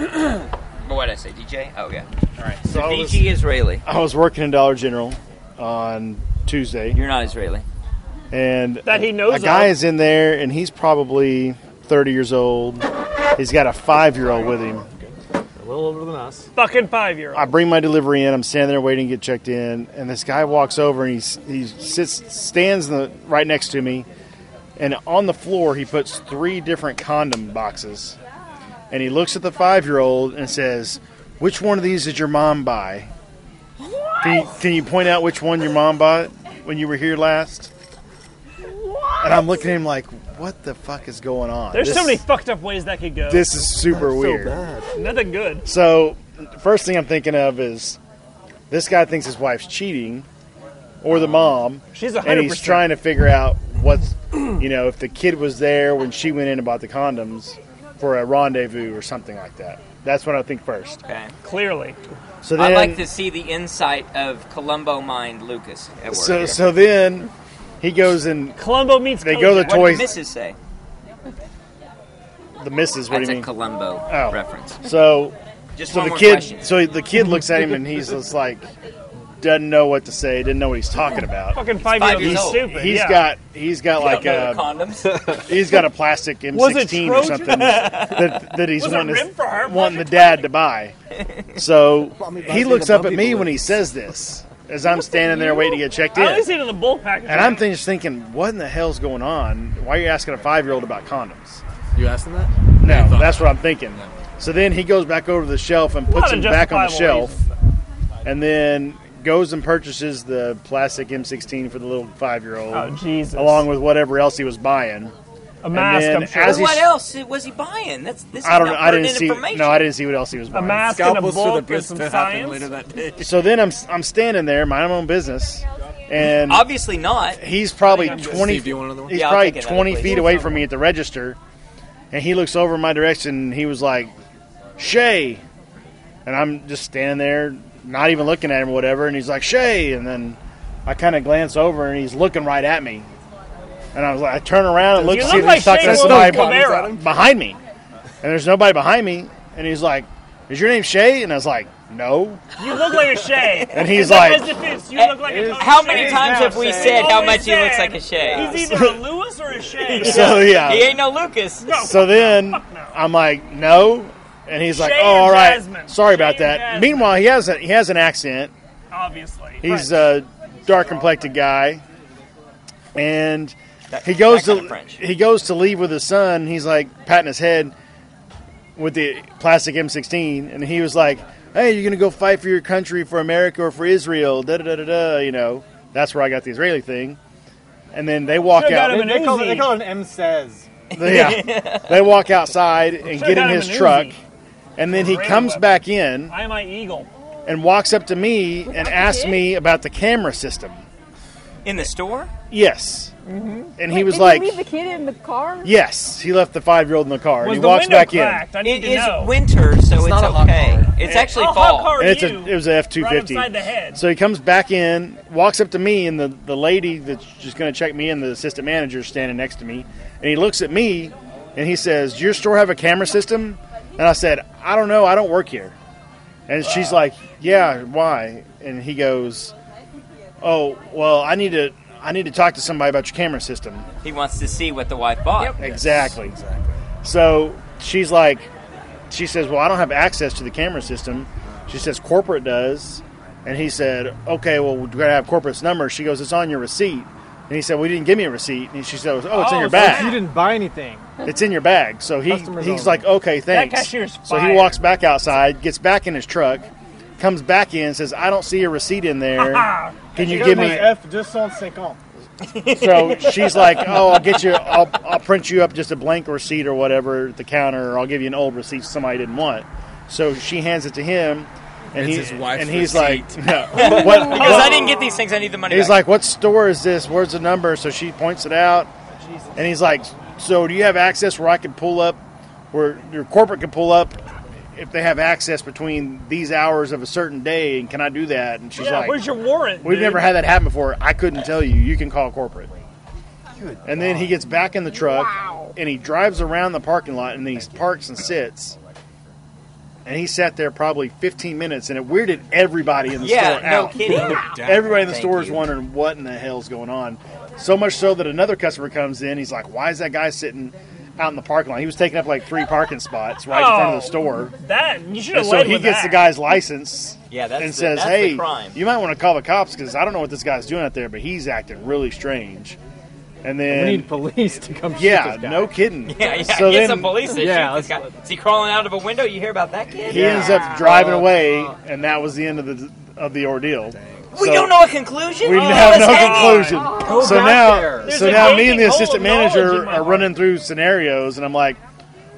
B: But what did I say? DJ? Oh yeah. All right. So
H: So I was-
B: DG Israeli.
H: I was working in Dollar General on Tuesday.
B: You're not Israeli.
H: And
G: That he knows
H: a guy
G: of.
H: is in there, and he's probably 30 years old. He's got a five year old with him.
A: A little older than us.
G: Fucking five year old.
H: I bring my delivery in. I'm standing there waiting to get checked in, and this guy walks over and he's, he sits, stands in the, right next to me, and on the floor he puts three different condom boxes, and he looks at the five year old and says, "Which one of these did your mom buy? Can you, can you point out which one your mom bought when you were here last?" And I'm looking at him like, "What the fuck is going on?"
G: There's
H: This-
G: so many fucked up ways that could go.
H: This is super weird.
G: Nothing good.
H: So, the first thing I'm thinking of is this guy thinks his wife's cheating or the mom.
G: She's
H: And he's
G: 100%.
H: trying to figure out what's, you know, if the kid was there when she went in and bought the condoms for a rendezvous or something like that. That's what I think first.
B: Okay.
G: Clearly.
H: So
B: I
H: then,
B: like to see the insight of Columbo mind Lucas at work.
H: so,
B: here.
H: so then he goes and
G: Columbo meets
H: They go to the
B: what
H: toy.
B: did Mrs. say?
H: The missus, what
B: That's
H: do you
B: a
H: mean?
B: Columbo reference.
H: So,
B: Just
H: so
B: one
H: the
B: more
H: kid,
B: question.
H: so the kid looks at him and he's just like, doesn't know what to say, didn't know what he's talking about.
G: Fucking five,
B: five
G: year
B: years
G: old.
B: old.
G: Stupid.
H: He's
G: yeah.
H: got he's got
B: You don't
H: like
B: know
H: a
B: the condoms.
H: he's got a plastic M16
G: Was it
H: or
G: Trojan?
H: something that, that he's
G: Was it
H: wanting, his-
G: rim for her?
H: wanting the dad to buy. So
E: Mommy buys
H: he
E: me
H: looks
E: the
H: up at
E: Bumblebee
H: me when he
E: balloons.
H: says this, as I'm standing there waiting to get checked
G: I only
H: in,
G: seen it in the bull package.
H: and I'm think- just thinking, what in the hell's going on? Why are you asking a five year old about condoms?
C: You asked him that?
H: No, that's what I'm thinking. So then he goes back over to the shelf and puts
G: Not a
H: them back on the
G: justifiable
H: shelf, and then goes and purchases the plastic M16 for the little five year
G: Oh
H: old,
G: Jesus!
H: along with whatever else he was buying.
G: a mask,
H: then
G: I'm sure.
B: But
H: as he-
B: what else was he buying? That's this. Is
H: I don't know.
B: Not
H: I didn't
B: pertinent
H: see.
B: information.
H: No, I didn't see what else he was
G: a
H: buying.
G: mask and a
C: Scalpels to the
G: book and
C: bris
G: some
C: to happen
G: science.
C: later that day.
H: So then I'm I'm standing there, minding my own business, and
B: Obviously not.
H: he's probably twenty.
C: Steve, do you want another one?
H: He's
B: Yeah, I'll
H: probably
B: take another,
H: twenty
B: please.
H: feet away from me at the register, and he looks over in my direction. and He was like, "Shay," and I'm just standing there, not even looking at him, or whatever. And he's like, "Shay," and then I kind of glance over, and he's looking right at me, and I was like, I turn around and look,
G: You
H: to
G: look
H: see if
G: like
H: he's talking
G: Shay
H: to
G: Will
H: somebody
G: Cabrera.
H: behind- behind me, and there's nobody behind me, and he's like, "Is your name Shay?" And I was like, "No."
G: You look like a Shay.
H: And he's
G: That's
H: like-
G: his defense. You look like a total
B: How many
G: Shay.
B: times have we said
G: Always
B: how much he
G: said,
B: looks like a Shay?
G: He's either a Lewis or a Shay.
H: So yeah.
B: He ain't no Lucas.
H: So then I'm like, no, and he's like,
G: Shay
H: oh,
G: and
H: all right,
G: Jasmine.
H: sorry
G: Shay
H: about
G: and
H: that.
G: Jasmine.
H: Meanwhile, he has a, he has an accent.
G: Obviously.
H: He's uh,
G: Right.
H: a dark complected guy, and he goes
B: that kind of
H: to
B: French.
H: he goes to leave with his son. He's like patting his head with the plastic M16, and he was like, "Hey, you're gonna go fight for your country, for America, or for Israel?" Da da da da da. You know, that's where I got the Israeli thing. And then they walk
G: Should've got
H: out.
G: him
A: They,
G: an
A: they call, it-
G: Uzi.
A: they call it an M says.
H: Yeah. they walk outside and
G: Should've
H: get in
G: got him
H: his
G: an Uzi.
H: truck. And then he
G: Great
H: comes
G: weapon.
H: back in
G: I am my eagle.
H: and walks up to me and asks me about the camera system.
B: In the store?
H: Yes.
G: Mm-hmm.
H: And he was
D: Did
H: like,
D: you leave the kid in the car?
H: yes. He left the five year old in the car.
G: Was
H: and he
G: the
H: walks
G: window
H: back
G: cracked? I need
B: It
G: to
B: is
G: know.
B: winter, so it's,
C: not a hot
B: okay.
C: car.
B: It's actually
G: How
B: fall.
G: Oh, hot car
H: in.
G: are
H: And it's a,
G: you?
H: it was a F
G: right upside the
H: 250.
G: head.
H: So he comes back in, walks up to me, and the, the lady that's just going to check me in, the assistant manager, is standing next to me. And he looks at me and he says, Do your store have a camera system? And I said, I don't know. I don't work here. And she's like, Yeah, why? And he goes, Oh, well, I need to. I need to talk to somebody about your camera system.
B: He wants to see what the wife bought.
H: Exactly. Exactly. So she's like, she says, "Well, I don't have access to the camera system." She says, "Corporate does," and he said, "Okay, well, we're gonna have corporate's number." She goes, "It's on your receipt," and he said, "Well, you didn't give me a receipt." And she says, "Oh, it's in your
A: so
H: bag.
A: You didn't buy anything.
H: it's in your bag." So he
A: Customer's
H: he's
A: only.
H: like, "Okay, thanks."
G: cashier's
H: so he
G: fired.
H: walks back outside, gets back in his truck, comes back in, says, "I don't see a receipt in there."
G: Ah,
H: Can you give me
A: F 250.
H: so she's like, "Oh, I'll get you. I'll, I'll print you up just a blank receipt or whatever at the counter, or I'll give you an old receipt somebody didn't want." So she hands it to him,
C: It's
H: and he-
C: his wife's
H: and he's
C: receipt.
H: like, "No, what?"
B: Because I
H: what-
B: didn't get these things, I need the money
H: He's
B: back.
H: like, "What store is this? Where's the number?" So she points it out, and he's like, "So do you have access where I can pull up where your corporate can pull up if they have access between these hours of a certain day, and can I do that? And she's
G: yeah,
H: like,
G: where's your warrant?
H: We've
G: dude?
H: never had that happen before. I couldn't tell you. You can call corporate. And then he gets back in the truck and he drives around the parking lot and then he parks and sits. And he sat there probably 15 minutes and it weirded everybody in the
B: Yeah,
H: store
B: no
H: out.
B: kidding.
H: Everybody in the
B: Thank
H: store is
B: you.
H: wondering what in the hell's going on. So much so that another customer comes in. He's like, "Why is that guy sitting out in the parking lot? He was taking up like three parking spots right in front of the
G: Oh.
H: store."
G: That you should
H: And
G: have
H: so
G: led
H: he
G: with
H: gets
G: that.
H: the guy's license
B: Yeah, that's
H: and
B: the-
H: says,
B: that's the
H: hey,
B: crime.
H: you might want to call the cops because I don't know what this guy's doing out there, but he's acting really strange. And then.
A: we need police to come. shoot
H: yeah,
A: this guy.
H: no kidding.
B: Yeah, yeah.
H: So
B: get
H: then
B: some police. to
A: Yeah,
B: shoot this guy. Is he crawling out of a window? You hear about that kid?
H: he ends up driving
B: Oh,
H: away, and that was the end of the of the ordeal.
B: We
H: So
B: don't know a conclusion.
H: We
B: Oh,
H: have
B: let's
H: no
B: hang it.
H: conclusion.
B: Go
H: so
B: back
H: now,
B: there.
H: so
G: There's a
H: now, me and
G: gaping
H: the
G: hole
H: assistant
G: of knowledge in
H: manager
G: my
H: are
G: heart.
H: running through scenarios, and I'm like,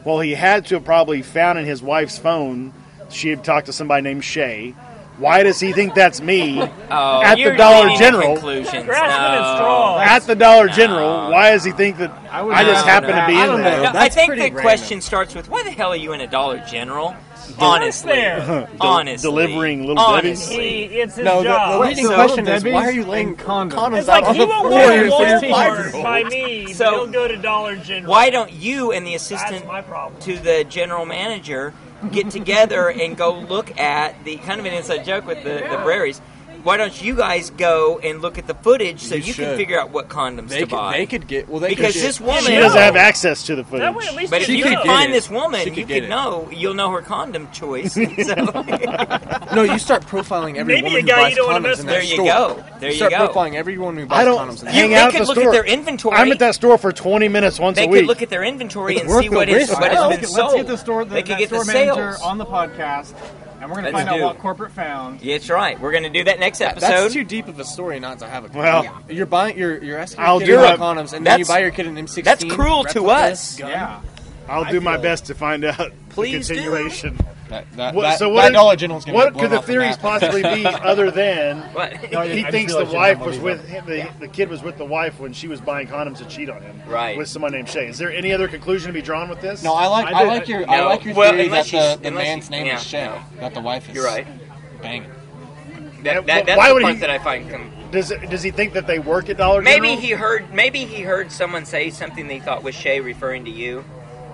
H: well, he had to have probably found in his wife's phone she had talked to somebody named Shay. Why does he think that's me?
B: Oh,
H: At the
B: you're
H: Dollar
B: leading to
H: General.
B: Conclusions. no.
G: Grasping at straws.
H: at the Dollar General. Why does he think that I,
A: would
H: just
A: not-
H: happen to be
A: I
H: in
A: don't
H: there?
A: know.
B: No, I
A: That's
B: think the
A: pretty random.
B: question starts with, "Why the hell are you in a Dollar General?" Honestly,
G: there.
B: honestly,
H: delivering little
G: He,
B: honestly.
G: it's his
E: No, the, the
G: job.
E: leading
A: So-
E: question is
A: Debbie's
E: why are you laying
A: and condoms.
E: condoms,
G: it's
E: out
G: like
E: on
G: he
E: the
G: won't
E: floor?
G: get
E: in front of
G: warned
E: five-year-olds?
G: by me.
B: So-
G: So, he'll go to Dollar General.
B: Why don't you and the
G: That's
B: assistant
G: my problem.
B: to the general manager get together and go look at the kind of an inside joke with the, the Braries? Why don't you guys go and look at the footage so
C: You
B: you, can
C: should.
B: figure out what condoms
C: They
B: to
C: could,
B: buy?
C: they could get well. They
B: because
C: could get,
B: this woman,
H: She
G: No.
H: doesn't have access to the
G: That way, at
H: footage.
G: least
B: but if
G: you
B: you
C: could
G: know.
B: can
C: get
B: find
C: it.
B: this
C: She
B: woman,
C: could
B: you
C: get
B: could
C: it.
B: know. You'll know her condom choice. So-
C: No, you start profiling every
G: Maybe
C: woman
G: a
C: who
G: guy
C: buys
G: you don't wanna
C: condoms
G: mess
C: in
G: with.
C: that
B: There you
C: store.
B: go. There you
C: start
B: go.
C: profiling everyone who buys
H: I don't
C: condoms in that
H: hang
B: they
H: out
B: could
H: at the
B: look at
H: store.
B: their inventory.
H: I'm at that store for 20 minutes once
B: They
H: a week.
B: could look at their inventory
E: It's
B: and
E: worth
B: see
E: the
B: what is
E: risk.
B: what has
E: Let's
B: been
A: get-
B: sold.
A: let's get the store the,
B: they could
A: that
B: get
A: store
B: the
A: manager
B: sales.
A: on the podcast, and we're going to
B: Let's
A: find out
B: do
A: what
B: it.
A: corporate found.
B: Yeah, That's right. We're going to do that next
C: That's
B: episode.
C: too deep of a story not to have a.
H: Well-
C: you're buying. You're you're asking
H: I'll
C: your
H: do
C: kid about condoms,
H: it.
C: and then
B: That's-
C: you buy your kid an M16.
B: that's cruel to
C: replica
B: us.
C: gun.
A: Yeah.
H: I'll do my best to find out
B: Please
H: the
B: do.
H: continuation.
C: That, that,
H: What,
C: that,
H: so what?
C: that
H: are-
C: Dollar General's gonna
H: what
C: get
H: could
C: blown
H: the
C: off the
H: theories
C: map.
H: possibly be other than
B: What?
A: No, I
H: he
A: just
H: thinks the
A: realized you
H: wife
A: have
H: was
A: money
H: with him, the, the kid was with the wife when she was buying condoms to cheat on him
B: Right.
H: with someone named Shay. Is there any other conclusion to be drawn with this?
C: No, I like
A: I
C: I,
A: did-
C: like your I
B: No.
C: like your
B: Well,
C: theory that
B: unless
C: the,
B: she's-
C: the
B: unless
C: man's
B: she-
C: name
B: yeah.
C: is Shay. That the wife is
B: You're right.
C: banging.
H: Yeah,
B: That, that, that's
H: why
B: the
H: would
B: part
H: he-
B: that I find. Com-
H: Does does he think that they work at Dollar
B: maybe
H: General?
B: he heard. Maybe he heard someone say something they thought was Shay referring to you,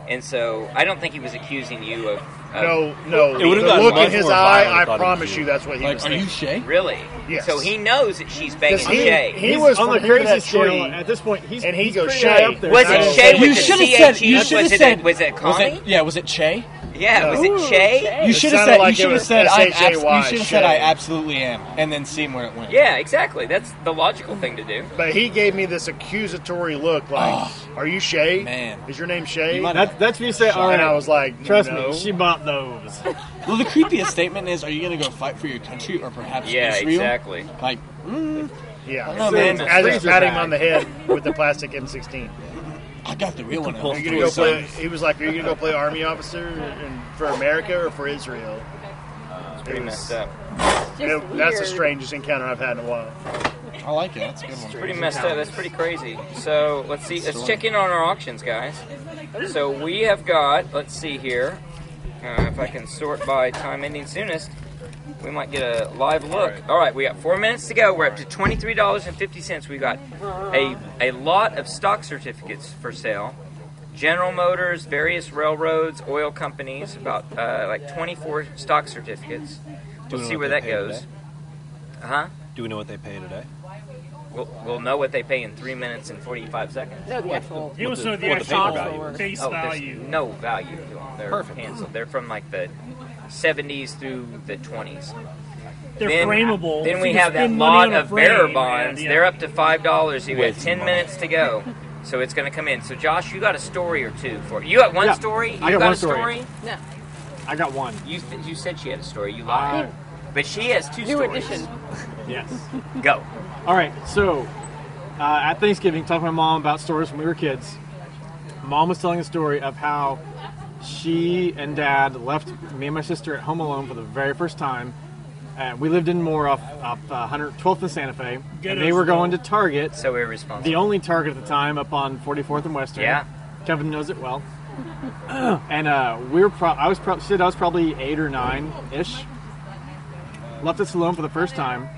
B: and so I don't think he was accusing you of. of
H: No, no.
E: It would've
H: the
E: gotten
H: look in
E: much
H: his
E: more violent
H: eye,
E: if I
H: I
E: didn't
H: promise
E: do
H: you,
E: it.
H: that's what he
C: Like,
H: was
C: are you Shay?
H: thinking.
B: Really?
H: Yes.
B: So he knows that she's banging
H: 'Cause he,
B: Shay.
H: he
A: He's
H: was
A: on the
H: from here to that
A: craziest
H: story,
A: channel. At this point, he's
H: and he
A: he's
H: goes,
A: pretty
H: "Shay."
A: up there.
B: was
H: I
B: it
H: don't
B: Shay
H: know.
B: with
H: You
B: a
C: should
B: C-H-E?
C: have said. You
B: E? was
C: should have
B: it
C: said.
B: A, was it
C: was
B: Connie?
C: it, yeah, was it Che?
B: yeah. Was it Shay?
C: You
H: It
C: should have
H: sounded
C: said.
H: like it
C: you should have
H: was
C: said. I abs-
H: S-H-A-Y,
C: you should have said. I
H: Shay.
C: absolutely am, and then seen where it went.
B: Yeah. Exactly. That's the logical thing to do.
H: But he gave me this accusatory look, like, "Are you Shay?
C: Oh. man.
H: is your name Shay?"
C: You might-
A: That's that's what you say. All right,
H: and I was like,
A: trust
H: no.
A: me, she bought those.
C: Well, the creepiest statement is: Are you going to go fight for your country or perhaps
B: Yeah.
C: Israel?
B: Exactly.
C: Like, mm,
H: yeah."
G: Oh,
C: I don't know, man.
H: As he's
A: Freezer
H: patting him
A: bag.
H: on the head with the plastic M16,
C: I got the real one.
H: are you gonna go play? He was like, "Are you gonna go play army officer in, for America or for Israel?"
B: Uh, Pretty
H: It was-
B: messed up.
D: Just
H: you know, that's the
D: weird.
H: strangest encounter I've had in a while.
C: I like it. That's a good one.
B: Pretty messed up. That's pretty crazy. So let's see. Let's check in on our auctions, guys. So we have got. Let's see here. Uh, if I can sort by time ending soonest, we might get a live look. All right, we got four minutes to go. We're up to twenty three dollars and fifty cents. We got a a lot of stock certificates for sale. General Motors, various railroads, oil companies, about uh, like 24 stock certificates. We'll
E: know
B: see where
E: what they
B: that
E: pay
B: goes.
E: today?
B: Uh huh.
E: Do we know what they pay today?
B: We'll, we'll know what they pay in three minutes and 45 seconds.
D: No, the actual.
G: You also know the
E: what the paper
G: actual
E: value
G: face
B: Oh, there's
G: value.
B: no value to them. They're
E: Perfect.
B: canceled. They're from like the 70s through the 20s.
G: They're
B: then,
G: frameable.
B: Then
G: You
B: we
G: can
B: have that
G: spend money
B: lot
G: on a
B: of bearer
G: frame,
B: bonds.
G: man. Yeah.
B: They're up to five dollars. You got
E: Waste
B: ten
E: money.
B: minutes to go, so it's going to come in. So Josh, you got a story or two for you got one
A: Yeah,
B: story. You
A: I got one
B: a story.
A: story.
D: No.
A: I got one.
B: You th- you said she had a story. You lied. but she has two
D: New
B: stories.
D: edition.
A: Yes.
B: Go.
A: All right, so uh, at Thanksgiving, talking to my mom about stories when we were kids. Mom was telling a story of how she and dad left me and my sister at home alone for the very first time. Uh, we lived in Moore off, off uh, 112th and Santa Fe.
G: Get
A: and they were
G: us.
A: going to Target,
B: So irresponsible.
A: the only Target at the time up on 44th and Western.
B: Yeah.
A: Kevin knows it well. and uh, we were pro- I was pro- shit. I was probably eight or nine ish. Left us alone for the first time,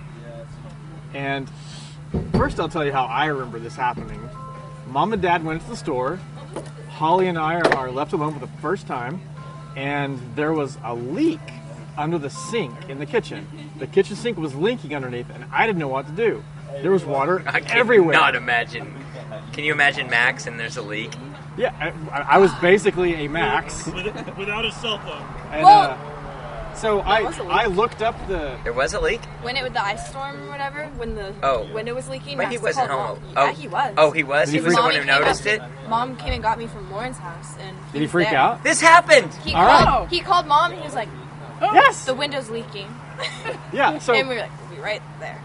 A: and first I'll tell you how I remember this happening. Mom and Dad went to the store. Holly and I are, are left alone for the first time, and there was a leak under the sink in the kitchen. The kitchen sink was leaking underneath, and I didn't know what to do. There was water
B: I can
A: everywhere.
B: Not imagine. Can you imagine Max and there's a leak?
A: Yeah, I, I was basically a max.
G: Without a cell phone.
A: And,
I: Well-
A: uh, so
I: There
A: I
I: was a leak.
A: I looked up the.
B: There was a leak.
I: When it was the ice storm or whatever, when the
B: Oh.
I: window was leaking,
B: But
I: Max
B: he wasn't
I: called
B: home.
I: Mom.
B: Oh.
I: Yeah, he was.
B: Oh, he was? He
I: Because
B: was the
I: mommy
B: one who
I: came
B: noticed
I: back-
B: it?
I: Mom came and got me from Lauren's house, and
A: Did he
I: was
A: freak
I: there.
A: out?
B: This happened.
I: He
A: All right.
I: called. He called mom, and he was like,
A: Yes.
I: the window's leaking."
A: Yeah, so-
I: and we were like, "We'll be right there."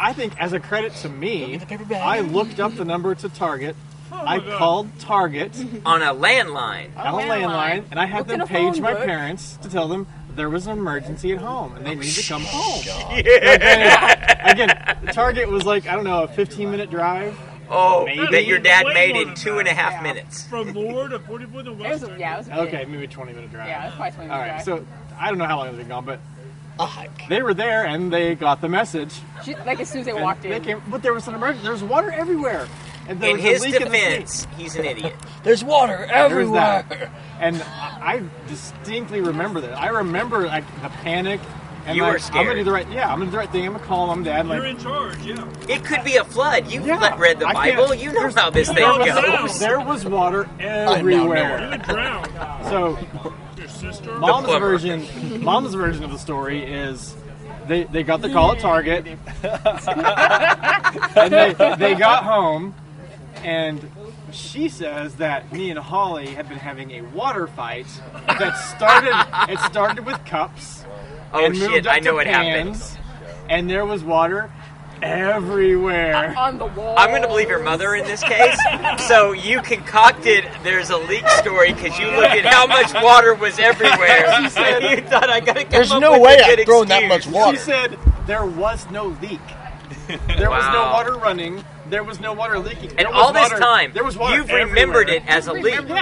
A: I think as a credit to me, I looked up the number to Target. I called Target
B: on a landline.
A: on a landline, and I had
B: Looked in
A: them
B: a
A: page
B: phone
A: my
B: book.
A: parents to tell them there was an emergency at home and they needed to come home.
B: God.
A: But then, again, Target was like I don't know a 15 minute drive.
B: Oh,
A: Maybe.
B: that your dad made in two and a half minutes.
G: From Lord to 44 to
D: It was a- yeah, it was a
A: Okay,
D: bit.
A: maybe a 20 minute drive.
D: Yeah, it was probably 20 minute
A: All right,
D: drive.
A: so I don't know how long it's been gone, but they were there and they got the message.
D: She, like as soon as they
A: And
D: walked
A: they
D: in,
A: came- but there was an emergency. There was water everywhere. And there
B: In
A: was a
B: his
A: leak in the sink.
B: defense, he's an idiot.
A: There's water
B: everywhere.
A: And I I distinctly remember that. I remember like the panic. And
B: You
A: like,
B: were
A: I'm
B: scared.
A: gonna do the right. Yeah, I'm gonna do the right thing. I'm gonna call mom, dad. Like,
G: You're in charge, yeah.
B: It could be a flood. You've
A: Yeah,
B: read the
A: I can't-
B: Bible. You know
A: there's-
B: how this thing
A: there was-
B: goes.
A: There was water
G: You
A: everywhere.
G: would drown.
A: So
G: Your sister.
A: mom's
B: plumber.
A: version, mom's version of the story is. They, they got the call at Target, and they, they got home, and she says that me and Holly had been having a water fight that started. it started with cups.
B: Oh,
A: and
B: shit,
A: moved up
B: I know
A: to
B: what happened.
A: pans, And there was water everywhere.
D: on the wall.
B: I'm going to believe your mother in this case. So you concocted there's a leak story because you looked at how much water was everywhere.
A: She said-
B: and you thought I got to come
C: There's
B: up
C: no
B: with a
C: way
B: good
C: I'd thrown that
B: excuse."
C: much water.
A: She said there was no leak. There was no
B: Wow.
A: water running. There was no water leaking.
B: And
A: there was
B: all this
A: water-
B: time,
A: there was water.
B: you've remembered it
A: everywhere.
B: as a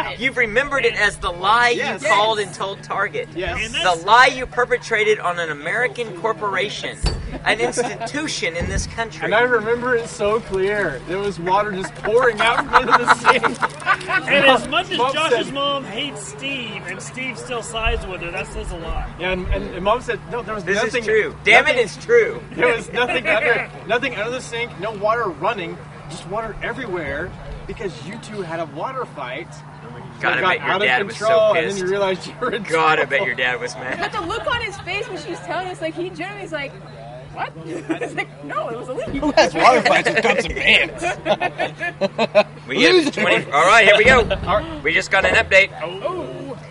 B: leak. You've remembered it as the lie
A: Yes.
B: you called and told Target.
A: Yes.
B: The lie you perpetrated on an American corporation, an institution in this country.
A: And I remember it so clear. There was water just pouring out from under the sink.
G: And as much as
A: Mom
G: Josh's
A: said-
G: mom hates Steve, and Steve still sides with her, that says a lot.
A: Yeah, and, and, and mom said, "No, there was
B: This
A: nothing."
B: is true. Damn
A: nothing-
B: it, it's true.
A: There was nothing under, nothing under the sink. No water running. Just water everywhere because you two had a water fight.
B: God,
A: It
B: I
A: got
B: bet your
A: out of
B: dad was
A: control,
B: so
A: and then
B: pissed.
A: you realized you were in
B: God, I
A: trouble.
B: bet your dad was mad.
D: But the look on his face when she was telling us, like he genuinely is like, "What?" it's like, no, it was a leak.
C: Who has water fights with cups and pans?
B: We get 20, all right, here we go. We just got an update.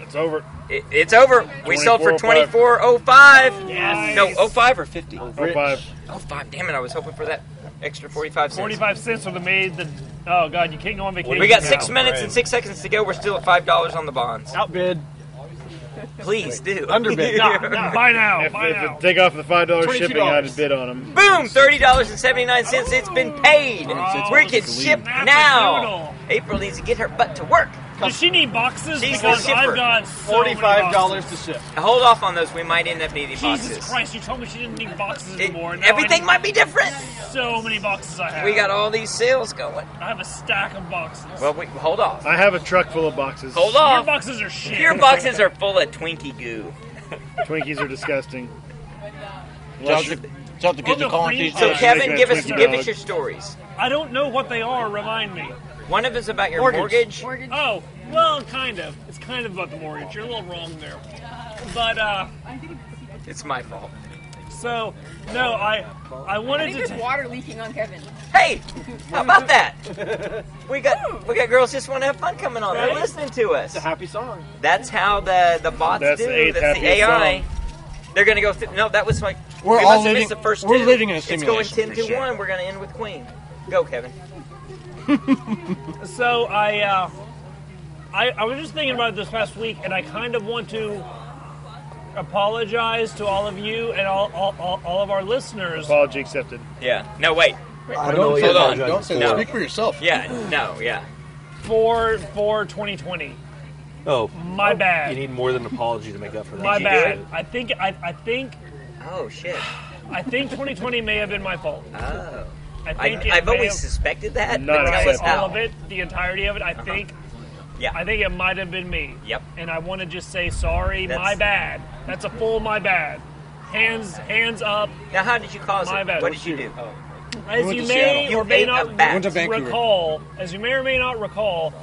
H: It's over.
B: It, it's over. We sold for 24.05.
G: Yes.
B: No, 05 or 50.
H: Oh, five.
B: 05. Damn it, I was hoping for that extra 45 cents.
G: 45 cents would have made the. Oh, God, you can't go on vacation.
B: We got
G: now.
B: six minutes and six seconds to go. We're still at five dollars on the bonds.
A: outbid.
B: Please do.
A: Underbid.
G: Nah, nah, buy now.
H: If,
G: buy now.
H: if it take off the five dollars shipping,
A: $22.
H: I'd bid on them.
B: Boom! Thirty dollars and seventy nine cents. It's been paid.
G: Oh,
B: we can
G: it's
B: ship
G: legal.
B: now. April needs to get her butt to work.
G: Does she need boxes?
B: She's the
G: because
B: shipper.
G: I've got so
A: Forty-five
G: many boxes.
A: dollars to ship.
B: Hold off on those. We might end up needing
G: Jesus
B: boxes.
G: Christ, you told me she didn't need boxes
B: It-
G: anymore. Now
B: everything
G: I
B: might be different.
G: need so many boxes I have.
B: We got all these sales going.
G: I have a stack of boxes.
B: Well, we hold off.
H: I have a truck full of boxes.
B: Hold
G: Your
B: off.
G: boxes are shit.
B: Oh. Your boxes are full of Twinkie goo.
H: Twinkies are disgusting.
C: Tell the- tell the kids to call and teach
B: So
H: Yeah,
C: them.
B: Kevin,
H: make
B: give
H: that
B: us
H: Twinkie
B: give us
H: dog.
B: your stories.
G: I don't know what they are. Remind me.
B: One of us about your
A: Mortgage.
B: mortgage.
G: Oh, well, kind of. It's kind of about the mortgage. You're a little wrong there. But uh,
B: It's my fault.
G: so no, I I
D: I
G: wanted
D: think
G: to.
D: there's
G: T-
D: water leaking on Kevin.
B: Hey, how about that? We got we got girls just want to have fun coming on. They're
G: Right?
B: listening to us.
A: Happy song.
B: That's how the the bots
H: That's
B: do.
H: the eighth
B: That's the
H: happiest
B: AI. They're gonna go. Th- no, that was like
C: We're
B: we
C: all
B: must have
C: living-
B: missed the first.
C: we're
B: two.
C: living in a
B: It's
C: simulation
B: going ten
C: for
B: to
C: sure.
B: one. We're gonna end with Queen. Go, Kevin.
G: so I uh, I I was just thinking about it this past week, and I kind of want to apologize to all of you and all all, all, all of our listeners.
H: Apology accepted.
B: Yeah. No, wait.
E: I don't know.
B: Hold on.
C: Don't say
B: No.
C: that. Speak for yourself.
B: Yeah. No. Yeah.
G: for for 2020.
E: Oh,
G: my bad.
E: You need more than an apology to make up for that.
G: My bad. I think I, I think.
B: Oh shit.
G: I think 2020 may have been my fault. Oh. I
B: I,
G: think it
B: I've
G: may
B: always
G: have-
B: suspected that.
G: No,
B: but tell us
G: all
B: how.
G: of it, the entirety of it. I think.
B: Yeah.
G: I think it might have been me.
B: Uh-huh. Yep.
G: And I want to just say sorry.
B: That's-
G: my bad. That's a full my bad. Hands hands up.
B: Now, how did you cause
G: my
B: it?
G: Bad. Oh,
B: What did you do?
G: As
B: We
G: you
B: went to
G: may
B: Seattle.
G: or
B: You
G: may
B: ate
G: not
B: a bat. Went to
C: Vancouver.
G: recall, as you may or may not recall,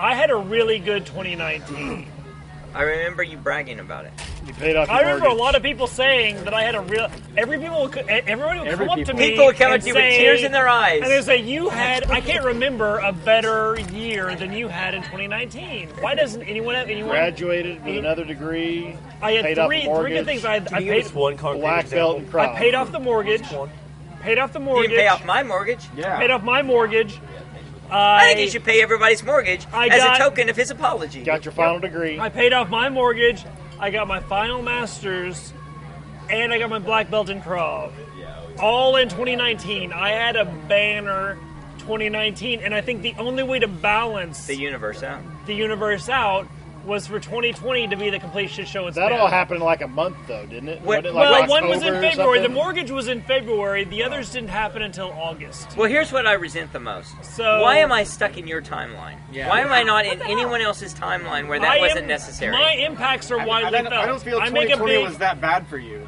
G: I had a really good 2019. Oh.
B: I remember you bragging about it.
H: You paid off. Your
G: I remember a
H: mortgage.
G: lot of people saying that I had a real. Every people, would- everyone would
B: Every
G: come up to
B: people.
G: me.
B: People would come up
G: and
B: to you with
G: say-
B: tears in their eyes.
G: and they would say, "You had. I can't remember a better year than you had in 2019. Why doesn't anyone have anyone?
H: graduated with another degree.
G: I had
H: paid off
G: three,
H: the
G: three good
H: mortgage,
G: things. I, I
E: you
G: paid
E: give us one
B: Oh,
E: concrete
H: black
E: example?
H: belt and
G: I
H: crop.
G: paid off the mortgage. Paid off the
B: You
G: mortgage.
B: didn't pay off my mortgage.
A: Yeah.
G: Paid off my mortgage.
B: I
G: I,
B: think you should pay everybody's mortgage
G: I
B: as
G: got-
B: a token of his apology.
H: Got your final degree.
G: I paid off my mortgage. I got my final master's, and I got my black belt in Krav. All in 2019. I had a banner 2019, and I think the only way to balance
B: the
G: the,
B: universe out.
G: universe out was for 2020 to be the complete shit show. It's
H: That
G: been.
H: all happened in like a month though, didn't it?
B: What-
H: Wasn't it,
G: Well,
H: like,
G: one was in
H: October or
G: February. The
H: something?
G: mortgage was in February. The others didn't happen until August.
B: Well, here's what I resent the most.
G: So-
B: why am I stuck in your timeline?
C: Yeah.
B: Why am I not in anyone else's timeline where that
G: I am-
B: wasn't necessary?
G: My impacts are
A: I,
G: widely
A: I, don't,
G: felt.
A: I don't feel
G: I make a
A: 2020
G: big,
A: was that bad for you.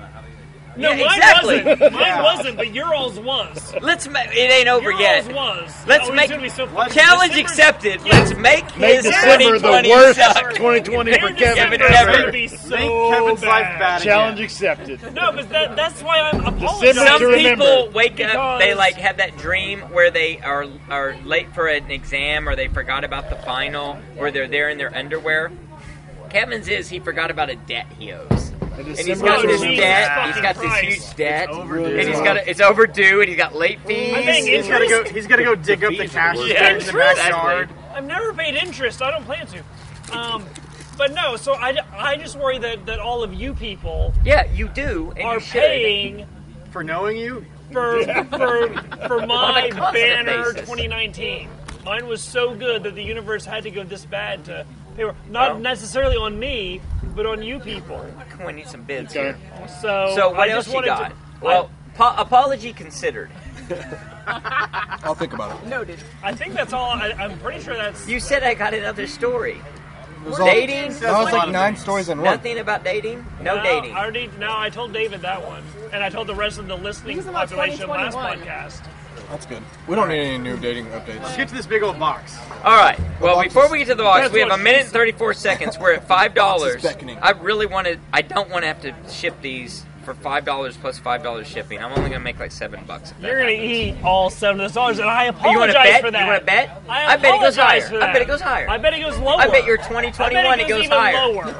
G: No,
B: Yeah,
G: mine
B: exactly.
G: wasn't. Mine
A: Yeah.
G: wasn't, but your all's was.
B: Let's. Ma- it ain't over
G: Your
B: yet.
G: all's was.
B: Let's
G: oh, he's
B: make-
G: gonna be so fucking-
B: Challenge
G: December's-
B: accepted.
G: Yeah.
B: Let's make,
H: Make
B: his
H: December the
B: 2020
H: worst
B: suck.
H: 2020
G: Your
H: for Kevin
G: December
B: Kevin
G: is
B: Everett.
G: gonna be so
A: Make Kevin's
G: bad.
A: life bad.
H: Challenge accepted.
G: No, but that, that's why I'm
H: December
B: Some
H: to
G: apologizing.
H: remember.
B: people wake up.
G: Because-
B: They like have that dream where they are are late for an exam, or they forgot about the final, or they're there in their underwear. Kevin's is he forgot about a debt he owes. And he's
H: December
B: got
H: to
B: this
H: remember.
B: debt. He's
G: Jesus
B: got
G: fucking
B: this
G: Christ.
B: huge debt,
A: overdue.
B: and he's got a, it's overdue, and he's got late fees.
G: I'm paying
A: He's gotta go.
G: interest.
A: He's gotta go dig up the cash
B: Yeah,
A: yeah, in the
B: exactly.
A: backyard.
G: I've never paid interest. I don't plan to. Um, but no, so I, I just worry that, that all of you people
B: Yeah, you do, and
G: are
B: you should.
G: paying
A: For knowing you,
G: for for for my
B: a constant
G: banner
B: basis.
G: 2019. Mine was so good that the universe had to go this bad to pay. for- Not
B: Well.
G: necessarily on me, but on you people.
B: Come on, "Oh, need some bids
H: Okay.
B: here.
G: So
B: So what
G: I
B: else
G: just
B: you
G: wanted
B: got?
G: To,
B: well, po- apology considered.
C: I'll think about it.
I: Noted.
G: I think that's all. I, I'm pretty sure that's.
B: You said I got another story.
C: It was
B: Dating?
C: All, that was like nine stories in one.
B: Nothing about dating. No
G: now,
B: dating.
G: I already now. I told David that one, and I told the rest of the listening
I: He's about
G: population last
I: 2021.
G: podcast.
C: That's good. We don't need any new dating
A: let's
C: updates.
A: get to this big old box.
B: All right. Well,
C: box
B: before
C: is-
B: we get to the box,
G: That's
B: we have a
G: what
B: minute and thirty-four seconds. We're at five dollars.
C: beckoning.
B: I really want to. I don't want to have to ship these for five dollars plus five dollars shipping. I'm only going to make like seven bucks. if that
G: You're gonna
B: happens.
G: eat all seven of those dollars, and I
B: Oh,
G: apologize
B: you want to bet?
G: for that.
B: You want to bet?
G: I,
B: bet it goes higher.
G: apologize for
B: I bet it
G: that.
B: goes higher.
G: I bet it goes lower.
B: I bet your
G: I
B: 2021
G: bet
B: it goes
G: even
B: higher.
G: lower.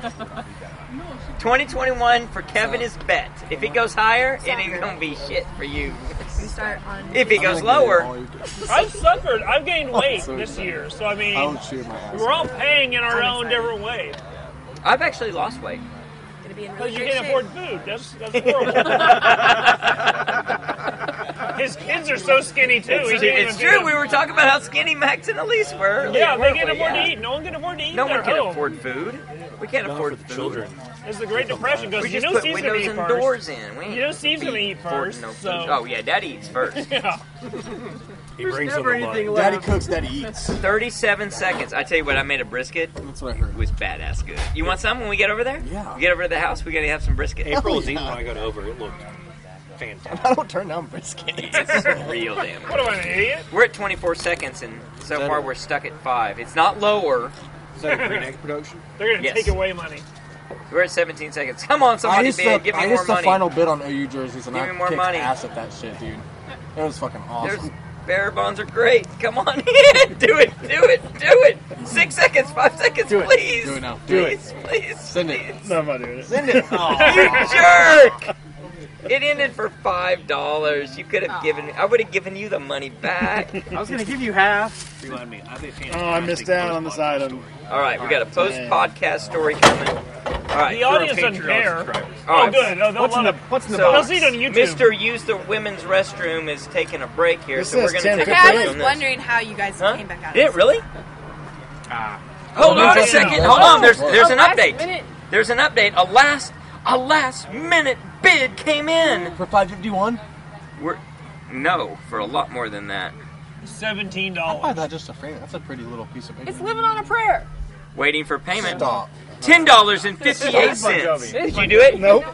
B: 2021 for Kevin is bet. If it goes higher, it ain't gonna be shit for you.
I: We start on.
B: If it goes lower,
G: I've suffered. I've gained weight
C: so
G: this
C: excited.
G: year. So I
C: I
G: mean,
C: don't shoot my ass.
G: we're all paying in our
I: I'm
G: own
I: excited.
G: different way.
B: I've actually lost weight.
I: Gonna be in
G: But
I: really
G: you
I: good
G: can't
I: shape.
G: afford food. That's that's horrible. His kids are so skinny too. He
B: It's,
G: can't
B: it's
G: even
B: true.
G: do
B: We were talking about how skinny Max and Elise were. earlier,
G: Yeah, they
B: weren't
G: can't
B: we?
G: afford
B: Yeah.
G: to eat. No one can afford to eat.
B: No
G: in their
B: one can
G: home.
B: afford food. We can't afford
E: for the
B: food.
E: children.
G: As the Great Depression goes,
B: We
G: you
B: just
G: know
B: put
G: Caesar
B: windows
G: eat
B: and
G: first.
B: doors in. We ain't
G: You know Steve's gonna eat
B: affording
G: first,
B: no food.
G: so-
B: Oh yeah, Daddy eats first.
G: Yeah.
E: He brings
A: never
E: them
A: anything
E: alive.
A: left.
C: Daddy cooks, daddy eats.
B: Thirty-seven seconds. I tell you what, I made a brisket.
C: That's what I heard.
B: It was badass good. You want some when we get over there?
C: Yeah.
B: We get over to the house. We gotta have some brisket.
E: April is eating when I got over. It looked fantastic.
C: I don't turn down brisket.
B: It's real damn. good.
G: What am I, an idiot?
B: We're at 24 seconds, and so
E: Better.
B: far we're stuck at five. It's not lower.
E: Is that a Green Egg production?
G: They're gonna
B: Yes.
G: take away money.
B: We're at 17 seconds. Come on,
C: I
B: somebody
C: used,
B: bid.
C: the,
B: Give me
C: I
B: more
C: used the
B: money.
C: final bid on OU jerseys and
B: Give
C: I
B: me more
C: kicked
B: money.
C: ass at that shit, dude. It was fucking
B: There's
C: awesome.
B: bear bonds are great. Come on in. Do it. Do it. Do it. Six seconds. Five seconds.
A: Do it.
B: Please.
C: Do it now. Do it.
B: Please. Please.
C: Send it.
B: please.
H: No, I'm not doing it.
B: You jerk. It ended for five dollars. You could have given. I would have given you the money back.
A: I was gonna give you half.
J: Remind me. I think
H: Oh, I missed out on this item.
B: All right, we got a post podcast story coming. All right.
G: The audience doesn't care.
B: All
G: Oh,
B: right.
G: good. Oh, they'll
A: What's in the
G: love
A: What's in the
B: So-
G: it. They'll
A: box?
G: see it on YouTube.
B: Mr. Use the Women's Restroom is taking a break here,
H: This
B: so we're
H: says
B: going to
H: 10
B: take
I: Okay,
B: a break
I: I
B: on
I: was
B: this.
I: wondering how you guys
B: Huh?
I: came back out. of
B: Did it
I: this.
B: really?
A: Ah,
B: Hold on a second. Hold on. There's there's an
D: Oh, last
B: update.
D: minute.
B: There's an update. A last a last minute bid came in.
K: For 551?
B: We're no for a lot more than that.
G: Seventeen
K: I
G: dollars.
K: buy that just a frame. That's a pretty little piece of paper.
D: It's living on a prayer.
B: Waiting for payment.
K: Stop.
B: Ten dollars and fifty eight cents. Did you do it?
H: Nope.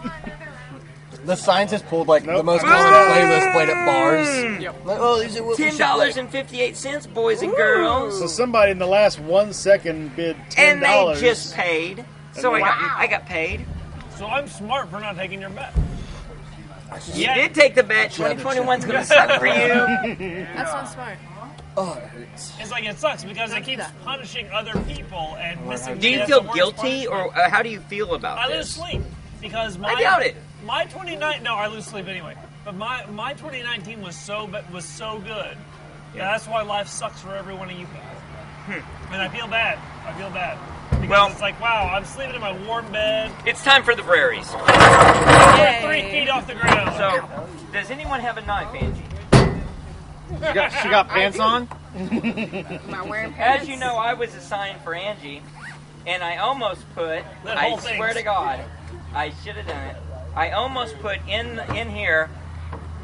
K: The signs has pulled like the most common playlist played at bars. Like, oh, these are what we
B: Ten
K: should
B: dollars
K: play.
B: and fifty eight cents, boys and girls.
H: So somebody in the last one second bid ten
B: And they
H: dollars.
B: just paid. So I got I got paid.
G: So I'm smart for not taking your bet.
B: You did take the bet. Twenty twenty one's gonna suck for you.
I: That's not smart.
K: Oh, it hurts.
G: It's like it sucks because it keeps punishing other people and missing.
B: Oh Do you
G: that's
B: feel
G: the worst
B: guilty
G: part.
B: or uh, how do you feel about
G: I lose
B: this?
G: sleep because my
B: doubt it.
G: My 29 no, I lose sleep anyway. But my my 2019 was so ba- was so good.
B: Yeah. Hmm.
G: That's why life sucks for every one of you guys. And I feel bad. I feel bad because
B: Well-
G: it's like wow, I'm sleeping in my warm bed,
B: It's time for the prairies.
G: three feet off the ground.
B: So, does anyone have a knife, Angie?
A: She got, she got pants on.
I: Am I wearing pants?
B: As you know, I was assigned for Angie, and I almost put.
G: That
B: I
G: whole thing.
B: swear to God, I should have done it. I almost put in in here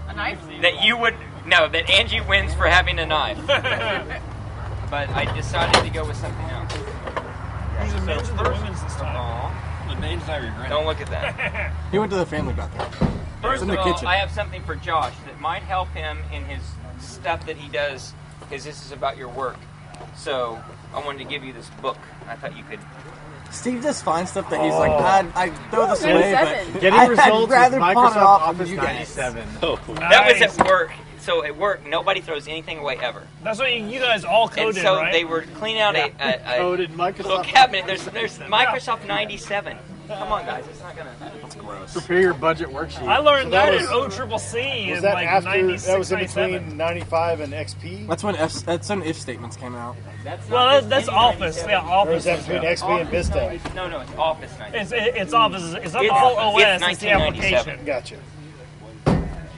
D: A knife?
B: that you would no that Angie wins for having a knife, but I decided to go with something else.
G: There's a men's and the women's this time.
B: Aw,
J: The names I regret.
B: don't look at that.
K: He went to the family bathroom.
B: First
K: in
B: of
K: the
B: all,
K: kitchen.
B: I have something for Josh that might help him in his stuff that he does, because this is about your work. So I wanted to give you this book. I thought you could
K: Steve just finds stuff that he's like,
B: Oh.
K: God, I throw this
D: Ooh,
K: away,
D: 97.
K: but
A: Getting
K: I'd
A: results with
K: rather pawn
A: Microsoft
K: it off
A: Office
K: than you guys.
A: 97.
B: That was
G: Nice.
B: at work. So at work, nobody throws anything away ever.
G: That's why you guys all
B: and
G: coded,
B: so
G: right?
B: they were cleaning out a, a, a
A: Coded
B: little
A: Microsoft.
B: cabinet. There's there's Microsoft 97. Come on, guys. It's not gonna.
A: Prepare your budget worksheet.
G: I learned
H: So that
G: that,
H: was-
G: at O Triple C
H: Was
G: in
H: that
G: like
H: after?
G: 96,
H: That was in
G: 97.
H: between ninety-five and XP.
K: That's when F, that's when if statements came out.
B: That's
G: Well,
B: not-
G: that, that's
B: it's
G: Office.
B: 97.
G: Yeah,
H: Or was
G: Office.
H: that between XP and
B: Office
H: Vista?
B: 90 No, no, it's Office 97.
G: It's, it- it's Office. It's not the
B: It's-
G: whole OS.
B: it's
G: It's, the
B: 1997.
G: application.
H: Gotcha.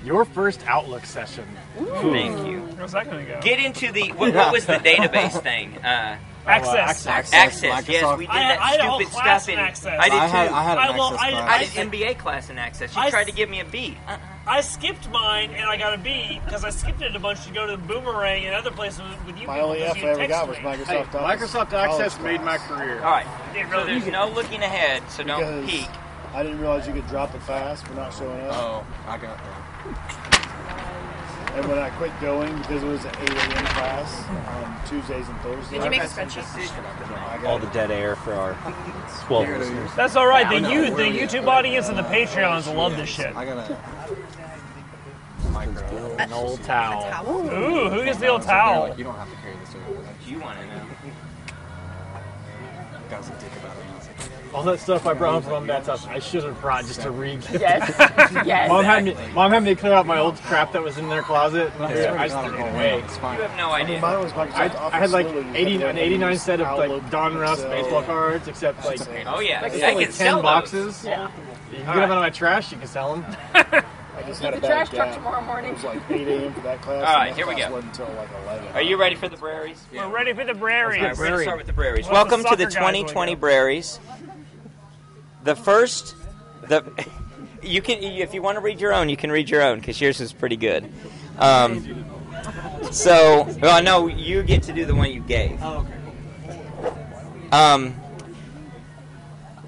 A: Your first Outlook session.
B: Thank you.
G: Where's that going to go?
B: Get into the what, what was the database thing? Uh,
G: access.
K: Access,
B: access. Yes,
K: Microsoft.
B: we did
G: I had-
B: that
G: I had a whole
B: stupid
G: class
B: stuff in.
G: in Access.
B: I did too.
K: I
B: I,
K: had I had an
G: I will-
K: access
G: I-
K: class.
G: I-
B: did MBA class in Access. She
G: I
B: tried
G: s-
B: to
G: Uh-uh.
B: give me a B. Uh,
G: I skipped mine and I got a B because I skipped it a bunch to go to the Boomerang and other places with you.
H: My only
G: because
H: F I
G: you
H: ever
G: texted
H: got was
G: me.
H: Microsoft
A: Hey,
H: Office.
A: Microsoft Oh,
H: College
A: Access made my
H: class.
A: career.
B: all right.
G: Didn't
B: So
G: really
B: there's no looking ahead. So don't
H: Because
B: peek.
H: I didn't realize you could drop it fast for not showing up.
K: Oh, I got that.
B: Oh.
H: And when I quit going because it was an 8 a.m. class on Tuesdays and Thursdays.
I: Did you make a spreadsheet?
H: I got
E: All the dead air for our 12 listeners.
G: That's all right.
K: I
G: The
K: know,
G: you, the
K: where we-
G: YouTube audience, and the Patreons love this shit.
K: I got a micro.
A: An old towel.
I: Towel?
G: Ooh, who gets the old
K: So they're like,
G: towel?
K: you don't have to carry this over. Like,
B: You want to know?
K: that was a dick about it. I was like,
A: All that stuff I brought home from Mom and Dad's house, I should have brought just to read.
D: Yes. yes.
A: Mom had me. Mom had me clear out my old crap that was in their closet. and I just threw it away.
K: It's fine.
B: You have no
H: I mean,
B: idea.
H: mine was Microsoft
A: I,
H: Office.
A: I had like
H: literally. You
A: 80,
H: had
A: an
H: to
A: 89 set of like
H: Outlook,
A: Don Russ
H: Excel.
A: baseball cards, except like
B: Oh yeah,
A: it's
B: I
A: only
B: can sell those.
A: boxes. You can get them out of my trash. You can sell them.
H: I just
D: Get the
H: had a bad
D: trash truck
H: gap.
D: tomorrow morning.
H: It was like 8 a.m. for that class.
B: All right,
H: and that
B: here we
H: class
B: go.
H: Wasn't until like 11.
B: Are you ready for the Braries?
G: We're ready for the
B: All right,
G: Braries.
B: we're gonna start with the Braries.
G: Well, the
B: Welcome to the
G: soccer guys
B: 2020
G: wanna
B: Braries. The first, the you can if you want to read your own, you can read your own because yours is pretty good. Um, so, well, no, you get to do the one you gave. Oh, okay. Um,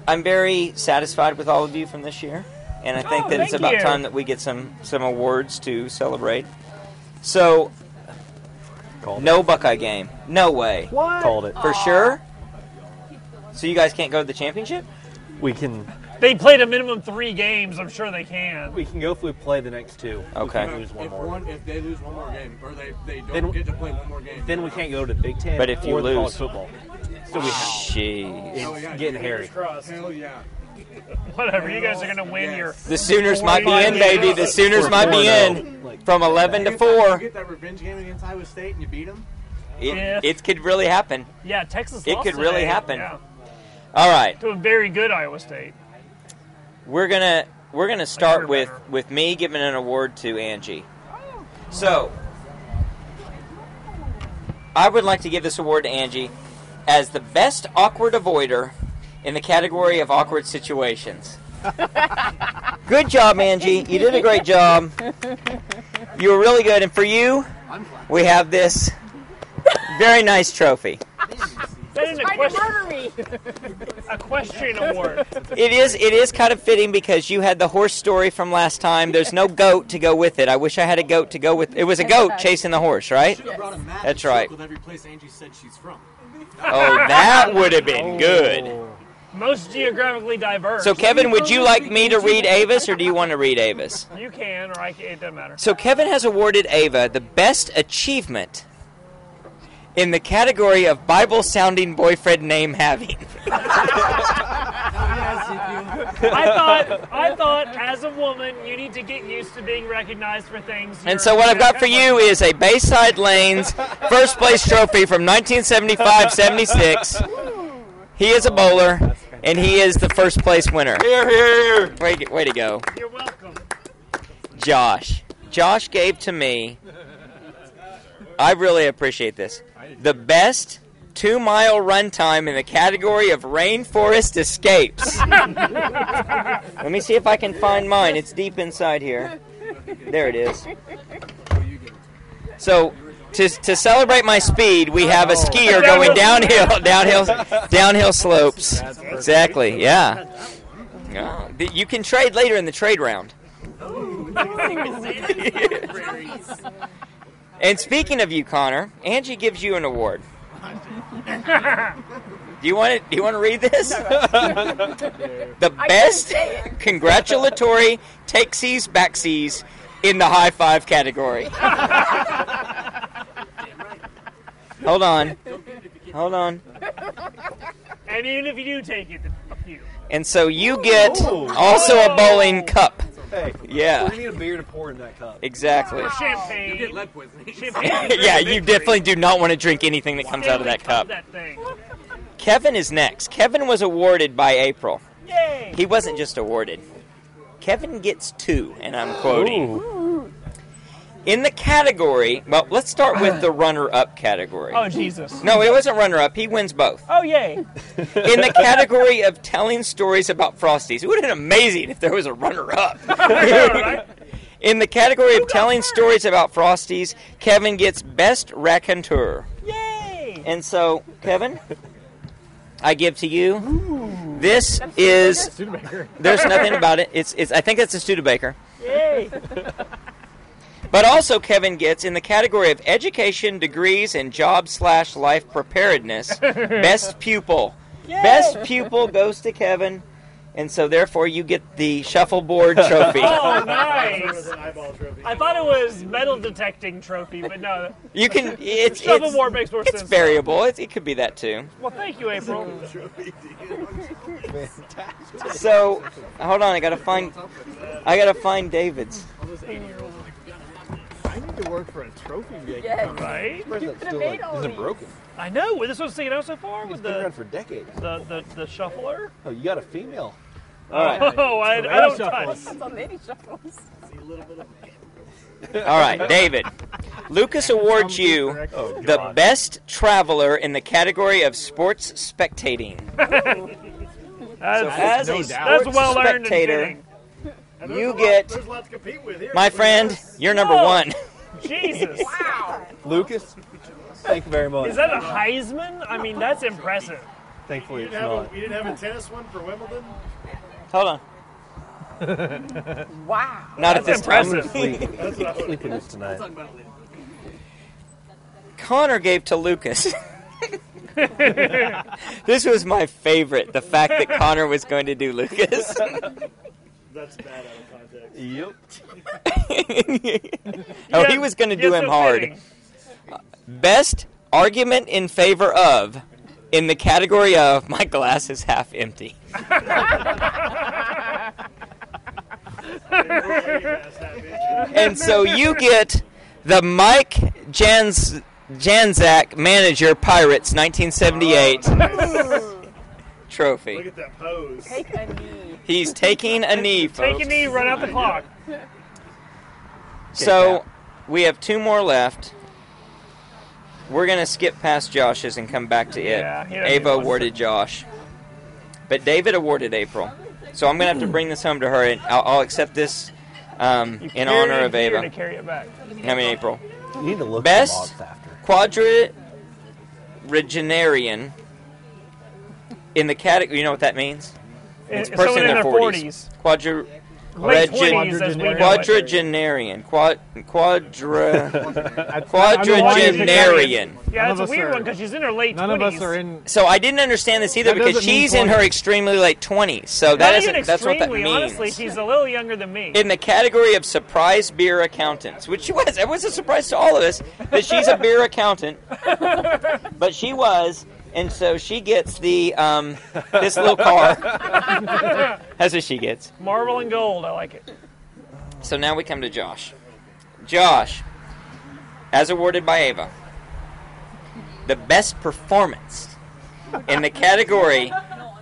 B: I'm very satisfied with all of you from this year, and I think
G: Oh,
B: that it's
G: thank
B: about
G: you.
B: time that we get some some awards to celebrate. So,
E: Called
B: no Buckeye game, no way.
E: it. Called it.
B: For sure. So you guys can't go to the championship?
E: We can
G: They played a minimum three games. I'm sure they can.
E: we can go if we play the next two. We
B: Okay.
E: can lose one
K: if
E: more.
K: one, if they lose one more game, or they, they don't
E: Then-
K: get to play one more game,
E: Then we can't go to Big Ten.
B: But if you
E: or the
B: lose-
E: college football, so we have
B: Jeez.
K: Hell yeah,
E: it's getting hairy.
K: hell yeah,
G: Whatever. You guys are gonna win
K: Yes.
G: your.
B: The Sooners might be in, baby. The Sooners
E: We're
B: might be
E: 4-0.
B: in from 11 to 4.
K: You get that revenge game against Iowa State and you beat them.
G: Yeah.
B: It, it could really happen.
G: Yeah, Texas.
B: It
G: lost
B: could really
G: today.
B: happen.
G: Yeah.
B: All right.
G: To a very good Iowa State.
B: We're going to we're going to start
G: you're
B: with
G: better. Oh.
B: with me giving an award to Angie. So, I would like to give this award to Angie as the best awkward avoider in the category of awkward situations. good job, Angie. You did a great job. You were really good. And for you, we have this very nice trophy.
G: That isn't a question. a question award.
B: It is it is kind of fitting because you had the horse story from last time. There's no goat to go with it. I wish I had a goat to go with. It was a goat chasing the horse, right?
L: Should have brought a map and
B: That's right.
L: circled every place Angie said she's from. Oh.
B: Oh, that would have been good.
G: Most geographically diverse.
B: So Kevin, would you like me to read Avis or do you want to read Avis?
G: You can, or I can, it doesn't matter.
B: So Kevin has awarded Ava the best achievement in the category of Bible sounding boyfriend name having.
G: I thought, I thought, as a woman, you need to get used to being recognized for things.
B: And so what I've got for you is a Bayside Lanes first place trophy from 1975-76. He is a bowler, and he is the first place winner. Here, here. Way, to- way to go. You're welcome. Josh. Josh gave to me. I really appreciate this. The best two mile run time in the category of rainforest escapes. Let me see if I can find mine. It's deep inside here. There it is. So to, to celebrate my speed, we have a skier going downhill, downhill, downhill slopes. Exactly. Yeah. Yeah. You can trade later in the trade round. And speaking of you, Connor, Angie gives you an award. Do you want to, Do you want to read this? the
G: I
B: best
G: couldn't say it.
B: congratulatory takesies backsies in the high five category. Hold on. Hold on.
G: and even if you do take it, then fuck you.
B: And so you get
G: Ooh.
B: also a bowling cup.
E: Hey,
B: Yeah.
E: We need a beer to pour in that cup.
B: Exactly.
G: Or champagne. You get
L: lead poisoning.
G: Champagne.
B: yeah, you definitely do not want to drink anything that comes out of that cup.
G: That thing.
B: Kevin is next. Kevin was awarded by April.
G: Yay!
B: He wasn't just awarded. Kevin gets two, and I'm quoting. In the category, well, let's start with the runner up category.
G: Oh Jesus.
B: No, it wasn't runner up. He wins both.
G: Oh yay!
B: In the category of telling stories about Frosties, it would have been amazing if there was a runner up. In the category of telling stories about Frosties, Kevin gets Best Raconteur.
G: Yay!
B: And so, Kevin, I give to you. This is.
A: Studebaker.
B: There's nothing about it. It's, it's. I think that's a Studebaker.
G: Yay!
B: But also, Kevin gets in the category of education, degrees, and job slash life preparedness. Best pupil. Best pupil goes to Kevin, and so therefore you get the shuffleboard trophy.
G: Oh nice! I thought it was metal detecting trophy, but no.
B: You can. It's
G: Shovel
B: it's,
G: war makes more
B: it's
G: sense.
B: variable. It's, it could be that too.
G: Well, thank you, April.
B: So hold on, I gotta find. I gotta find David's.
A: I need to work for a trophy maker.
G: Yes.
A: company.
G: Right?
A: Where's
G: You
A: that
G: could've
A: still,
G: made all
A: is it
G: these.
A: broken?
G: I know. With this one's taking out so far with
E: been
G: the
E: around for decades.
G: the the, the shuffler.
E: Oh, you got a female.
G: All right. Oh, I- I don't touch.
D: That's on lady shuffles.
B: All right, David. Lucas awards you the best traveler in the category of sports spectating.
G: That's,
B: as a sports
G: that's well learned.
B: spectator,
G: and
B: you get,
A: There's a lot to compete with here.
B: my friend, you're number
G: Whoa.
B: one.
G: fitting. Jesus. wow.
E: Lucas, thank you very much.
G: Is that a Heisman? I mean, that's impressive.
E: Thankfully,
A: You
E: it's
A: didn't, have
E: not.
A: a, you didn't have a tennis one for Wimbledon?
B: Hold on.
D: Wow.
B: Not at this
E: I'm gonna
B: time.
E: sleep. Sleep in this tonight.
B: Connor gave to Lucas. this was my favorite, the fact that Connor was going to do Lucas.
A: That's bad out of context.
E: Yep.
B: oh, he was going to do
G: Yes,
B: him
G: so
B: hard.
G: fitting.
B: Best argument in favor of in the category of my glass is half empty. and so you get the Mike Jans Janzak Manager Pirates 1978
A: Look
B: trophy.
A: at that pose.
D: Take a knee.
B: He's taking a knee,
G: Take
B: folks.
G: a knee, run out the clock.
B: So we have two more left. We're gonna skip past Josh's and come back to it.
G: Yeah, he doesn't even
B: Ava
G: want to-
B: awarded Josh, but David awarded April. So I'm gonna have to bring this home to her, and I'll, I'll accept this um, in
G: Carry
B: honor
G: it
B: of
G: here
B: Ava.
G: To carry it back.
B: I mean April.
E: You need to look
B: Best
E: the logs after.
B: quadrigenarian in the category. You know what that means? It's
G: Uh,
B: person
G: someone
B: in
G: in
B: their
G: their
B: forties. Quadri-
G: Late
B: regi-
G: 20s as we know it.
B: quadrigenarian. Quad quadra quadrigenarian.
G: Yeah, that's a weird one because she's in her late 20s.
B: So I didn't understand this either
G: That
B: because
G: doesn't mean
B: she's in her
G: 20s.
B: extremely late twenties. So
G: Not
B: that
G: even
B: isn't. That's what that
G: extremely,
B: means.
G: Honestly, she's a little younger than me.
B: in the category of surprise beer accountants, which she was. It was a surprise to all of us that she's a beer accountant, but she was, and so she gets the um, this little car. That's what she gets.
G: Marble and gold, I like it.
B: So now we come to Josh. Josh, as awarded by Ava, the best performance in the category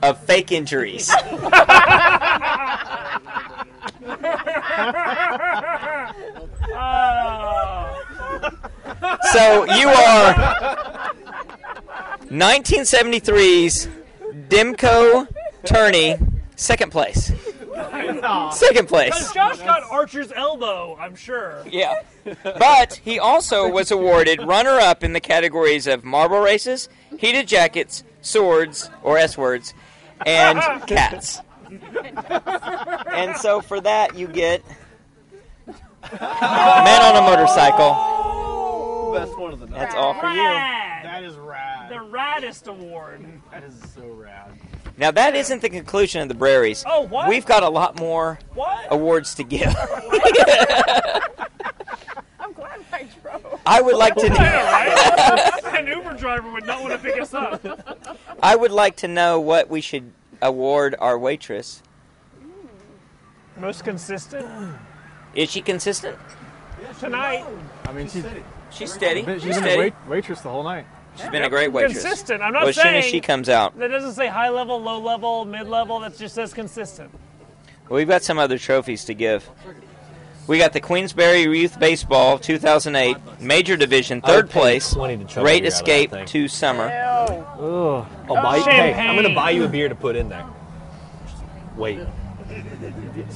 B: of fake injuries. So you are 1973's Demko Turney, second place. Second place.
G: Because Josh got Archer's elbow, I'm sure.
B: Yeah. But he also was awarded runner up in the categories of marble races, heated jackets, swords, or S words, and cats. And so for that, you get Man on a Motorcycle.
E: Best one of the night.
B: That's all for you.
G: That
A: is rad.
G: The raddest award.
A: That is so rad.
B: Now, that isn't the conclusion of the Breweries.
G: Oh, what?
B: We've got a lot more
G: What?
B: awards to give.
D: I'm glad I drove.
B: I would like to know.
G: An Uber driver would not want to pick us up.
B: I would like to know what we should award our waitress.
G: Most consistent
B: Is she consistent?
G: tonight.
A: I mean, she's
B: She's steady.
A: She's
B: She's
A: been
B: steady.
A: a wait- waitress the whole night.
B: She's been a great waitress.
G: Consistent. I'm not
B: well, as soon
G: saying
B: as she comes out,
G: That doesn't say high level, low level, mid level. That just says consistent.
B: we've got some other trophies to give. We got the Queensberry Youth Baseball 2008 Major Division,
E: I would
B: third
E: pay
B: place,
E: 20 to trouble
B: Great
E: you out of that
B: Escape
E: thing.
B: to Summer.
E: Ugh. I'll
G: Oh,
E: buy, hey, I'm
G: champagne.
E: gonna buy you a beer to put in there. Wait.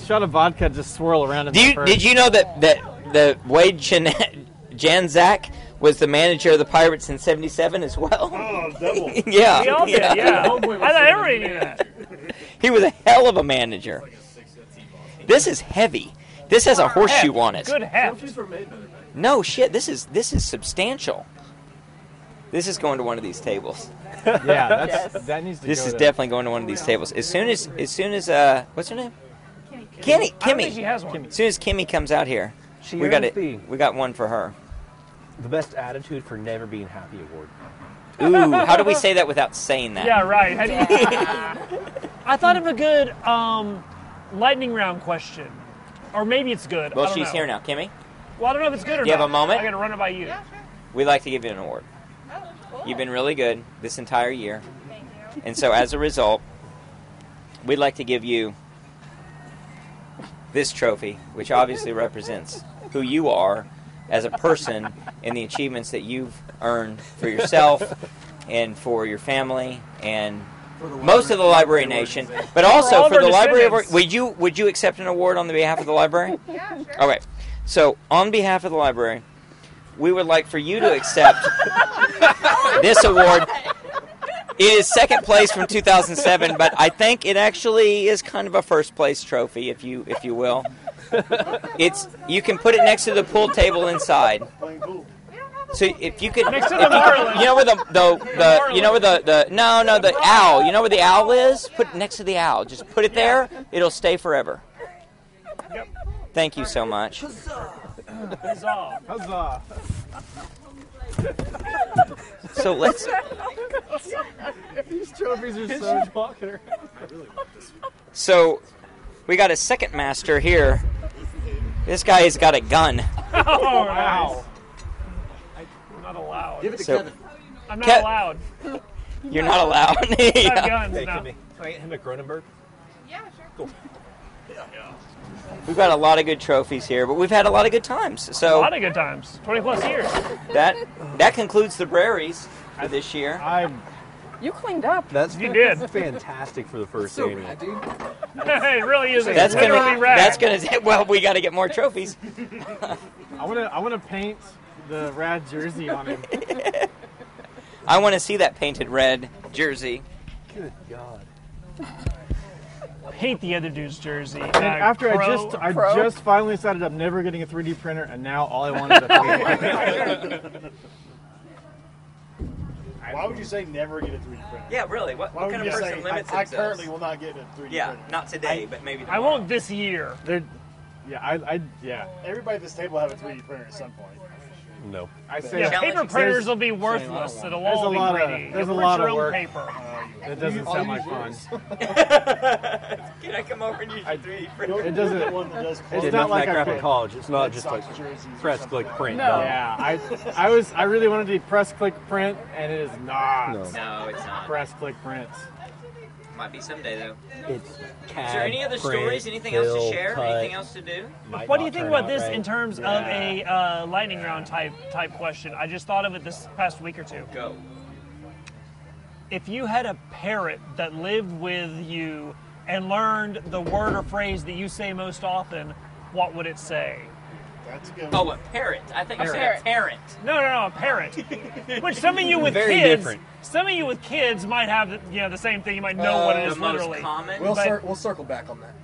A: Shot of vodka just swirl around in
B: Do
A: the
B: you, did you know that that that Wade Chan- Janzak was the manager of the Pirates in '77 as well?
G: Oh, double.
B: Yeah,
G: We all did,
B: yeah.
G: yeah. I thought everybody knew that.
B: He was a hell of a manager. This is heavy. This has a horseshoe on it.
G: Good heft.
B: No shit, this is this is substantial. This is going to one of these tables.
A: Yeah, that's, that needs to
B: This
A: go
B: is
A: to-
B: definitely going to one of these tables. As soon as as soon as uh what's her name? Kimmy.
G: I don't
B: Kimmy.
G: think she has one.
B: As soon as Kimmy comes out here,
E: She
B: we got
E: earns
B: it.
E: the-
B: We got one for her.
E: The best attitude for never being happy award.
B: Ooh, how do we say that without saying that?
G: Yeah, right. How do you- I thought of a good um, lightning round question, or maybe it's good. I
B: Well,
G: don't
B: she's
G: know.
B: here now, Kimmy.
G: Well, I don't know if it's good or
B: Do you have
G: not.
B: a moment?
G: I gotta run it by you.
B: We'd like to give you an award. You've been really good this entire year. And so as a result, we'd like to give you this trophy, which obviously represents who you are as a person and the achievements that you've earned for yourself and for your family and most of the library nation, but
G: all
B: also
G: of
B: for
G: our
B: the library.
G: descendants.
B: Of, would you would you accept an award on the behalf of the library? Yeah, sure. All right. So on behalf of the library, we would like for you to accept this award. It is second place from 2007, but I think it actually is kind of a first place trophy, if you if you will. It's you can put it next to the pool table inside. So if you could,
G: Next to
B: if
G: the
B: you, could
G: Marlin.
B: you know where the the, the you know where the, the no no the owl you know where the owl is put it next to the owl just put it there it'll stay forever. Thank you so much.
G: Huzzah.
A: Huzzah.
B: So let's
A: These trophies are so.
B: So we got a second master here. This guy has got a gun.
G: Oh, wow. I'm not allowed.
L: Give it to
B: So-
L: Kevin.
G: I'm not
B: Kev-
G: allowed.
B: You're not allowed.
G: I have
B: Yeah.
G: guns
E: Hey,
G: now.
E: Kimmy, can I get him a Cronenberg?
B: We've got a lot of good trophies here, but we've had a lot of good times. So
G: a lot of good times. Twenty plus years.
B: that that concludes the Braries for this year.
A: I
D: You cleaned up.
E: That's
G: You did.
E: fantastic for the first
G: So
E: annual.
G: rad, it really is.
B: That's
G: literally
B: gonna
G: rad.
B: that's gonna well we got to get more trophies.
A: I want to I want to paint the rad jersey on him.
B: I want to see that painted red jersey.
E: Good God.
G: Hate the other dude's jersey.
A: And after I just I just finally decided I'm never getting a 3D printer, and now all I want is a 3D printer.
H: Why would you say never get a 3D printer?
B: Yeah, really. What,
H: Why
B: what
H: would
B: kind of
H: you
B: person
H: say,
B: limits
H: I, I
B: themselves?
H: currently will not get a 3D
B: yeah,
H: printer.
B: not today, but maybe.
G: I won't this year.
A: They're, yeah, I, I yeah.
H: Everybody at this table have a 3D printer at some point.
E: No.
A: I
G: The
A: say
G: paper
A: There's-
G: printers will be worthless. It'll
A: There's
G: all
A: a
G: be
A: lot of-
G: 3D.
A: there's
G: You'll
A: a lot
G: print your
A: of
G: own
A: work.
G: Paper.
A: It doesn't sound like fun.
B: Can I come over and use your 3D printer?
A: It doesn't.
E: It's not like graphic college. It's not just like press click print. No.
A: Yeah, I, I was, I really wanted to press click print, and it is not.
E: No.
B: No, it's not.
A: Press click print.
B: Might be someday though.
E: It's
B: Is there any other stories? Anything else to share? Anything else to do?
G: What do you think about this in terms of
B: Yeah.
G: a uh, lightning round type type question? I just thought of it this past week or two.
B: Go.
G: If you had a parrot that lived with you and learned the word or phrase that you say most often, what would it say?
H: That's good.
B: Oh, a parrot. I think I
G: Parrot.
B: said a parent.
G: No, no, no, a parrot. Which some of you with
B: Very
G: kids,
B: different.
G: some of you with kids might have, the, you know, the same thing. You might know what it
B: Uh,
G: is
B: the most
G: literally.
B: common.
K: We'll,
G: But-
K: cir- we'll circle back on that.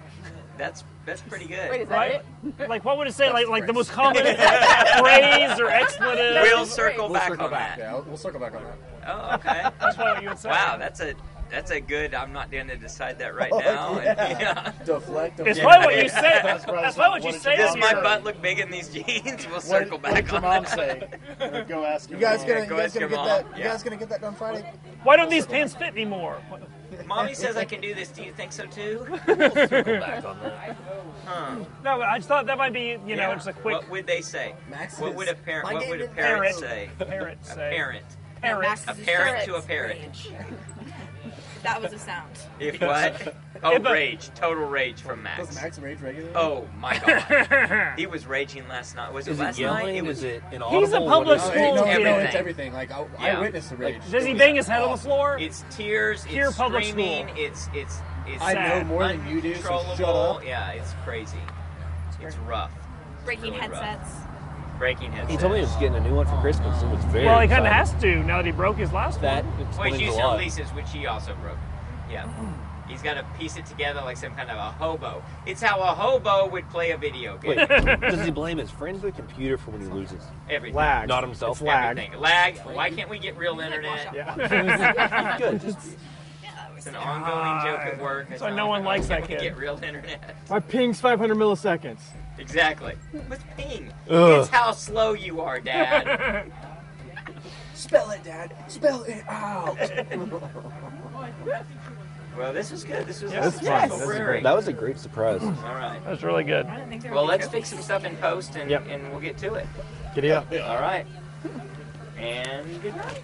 B: That's that's pretty good.
G: right? Like, what would it say? Like, like the most common phrase or expletive.
B: We'll circle back on that.
K: Yeah, we'll circle back on that.
B: Oh, okay.
G: That's what you would say.
B: Wow, that's a that's a good. I'm not going to decide that right
K: Oh,
B: now. and-
K: yeah.
B: yeah.
K: Deflect.
G: It's
K: deflect.
G: probably what you say. That's probably That's probably what you what say.
B: Does
G: on
B: my
G: your-
B: butt look big in these jeans? We'll
G: What-
B: circle
G: what
B: back
G: did your
B: on
G: mom
B: that.
G: say?
H: Go ask
K: You guys gonna,
B: Yeah,
K: you
B: go
K: guys
B: ask
K: gonna
B: your
K: get that?
B: mom.
K: You guys gonna get that done Friday?
G: Why don't these pins fit anymore?
B: Mommy says I can do this. Do you think so too? Huh.
G: No, but I just thought that might be, you know,
B: Yeah.
G: it's a quick
B: What would they say?
K: Max
B: what
K: is-
B: would a parent?
K: my
B: What
K: game
B: would a
K: is-
B: parent,
G: Parrot.
B: say?
G: Parrot
B: A
G: say.
B: parent.
G: parent.
B: A parrot to a parent.
I: That was a sound.
B: If what? Oh,
G: If a-
B: rage! Total rage from
K: Does
B: Max.
K: Max rage regularly?
B: Oh my god, he was raging last night. Was it
E: Is it
B: last night?
E: yelling?
B: It was
E: Is it an
G: He's a
K: No,
G: public school
K: no,
G: kid.
K: no, it's everything. Like I,
B: Yeah.
K: I witnessed the rage.
G: Does he bang his head on the floor?
B: It's tears.
G: Pure
B: it's
G: public
B: screaming.
G: school.
B: It's it's it's.
K: I know
B: sad,
K: more than you do, so shut
B: uncontrollable.
K: up.
B: Yeah, it's crazy. It's rough.
I: Breaking
B: Really rough.
I: headsets.
B: Breaking headsets.
E: He told me he was getting a new one for Christmas. It was very.
G: well, he kind of
B: uh,
E: exciting.
G: has to now that he broke his last
E: That
G: one.
B: Which
E: explains
B: you
E: a
B: said
E: lot.
B: Lisa's, which he also broke. Yeah. He's got to piece it together like some kind of a hobo. It's how a hobo would play a video game.
E: Wait, does he blame his friends or the computer for when he loses?
B: Everything.
A: Lag.
E: Not himself.
A: It's lag.
B: Everything. Lag. Why can't we get real internet?
A: Yeah.
E: Good.
B: It's an ongoing joke at work. It's
G: So
B: an
G: no one
B: ongoing-
G: likes
B: Why
G: that
B: can't we
G: kid.
B: Get real internet.
A: My ping's 500 milliseconds.
B: Exactly. What's ping?
E: Ugh.
B: It's how slow you are, Dad.
K: Spell it, Dad. Spell it out.
B: well, this was good. This was
A: Yeah, this
B: this
A: is fun.
B: was
A: This is
B: great.
E: That was a great surprise.
B: All right.
G: That's really good.
I: I didn't think there
B: Well,
I: were
B: let's fix some stuff in post, and,
A: Yep.
B: and we'll get to it.
A: Giddy up.
B: All right. And good night.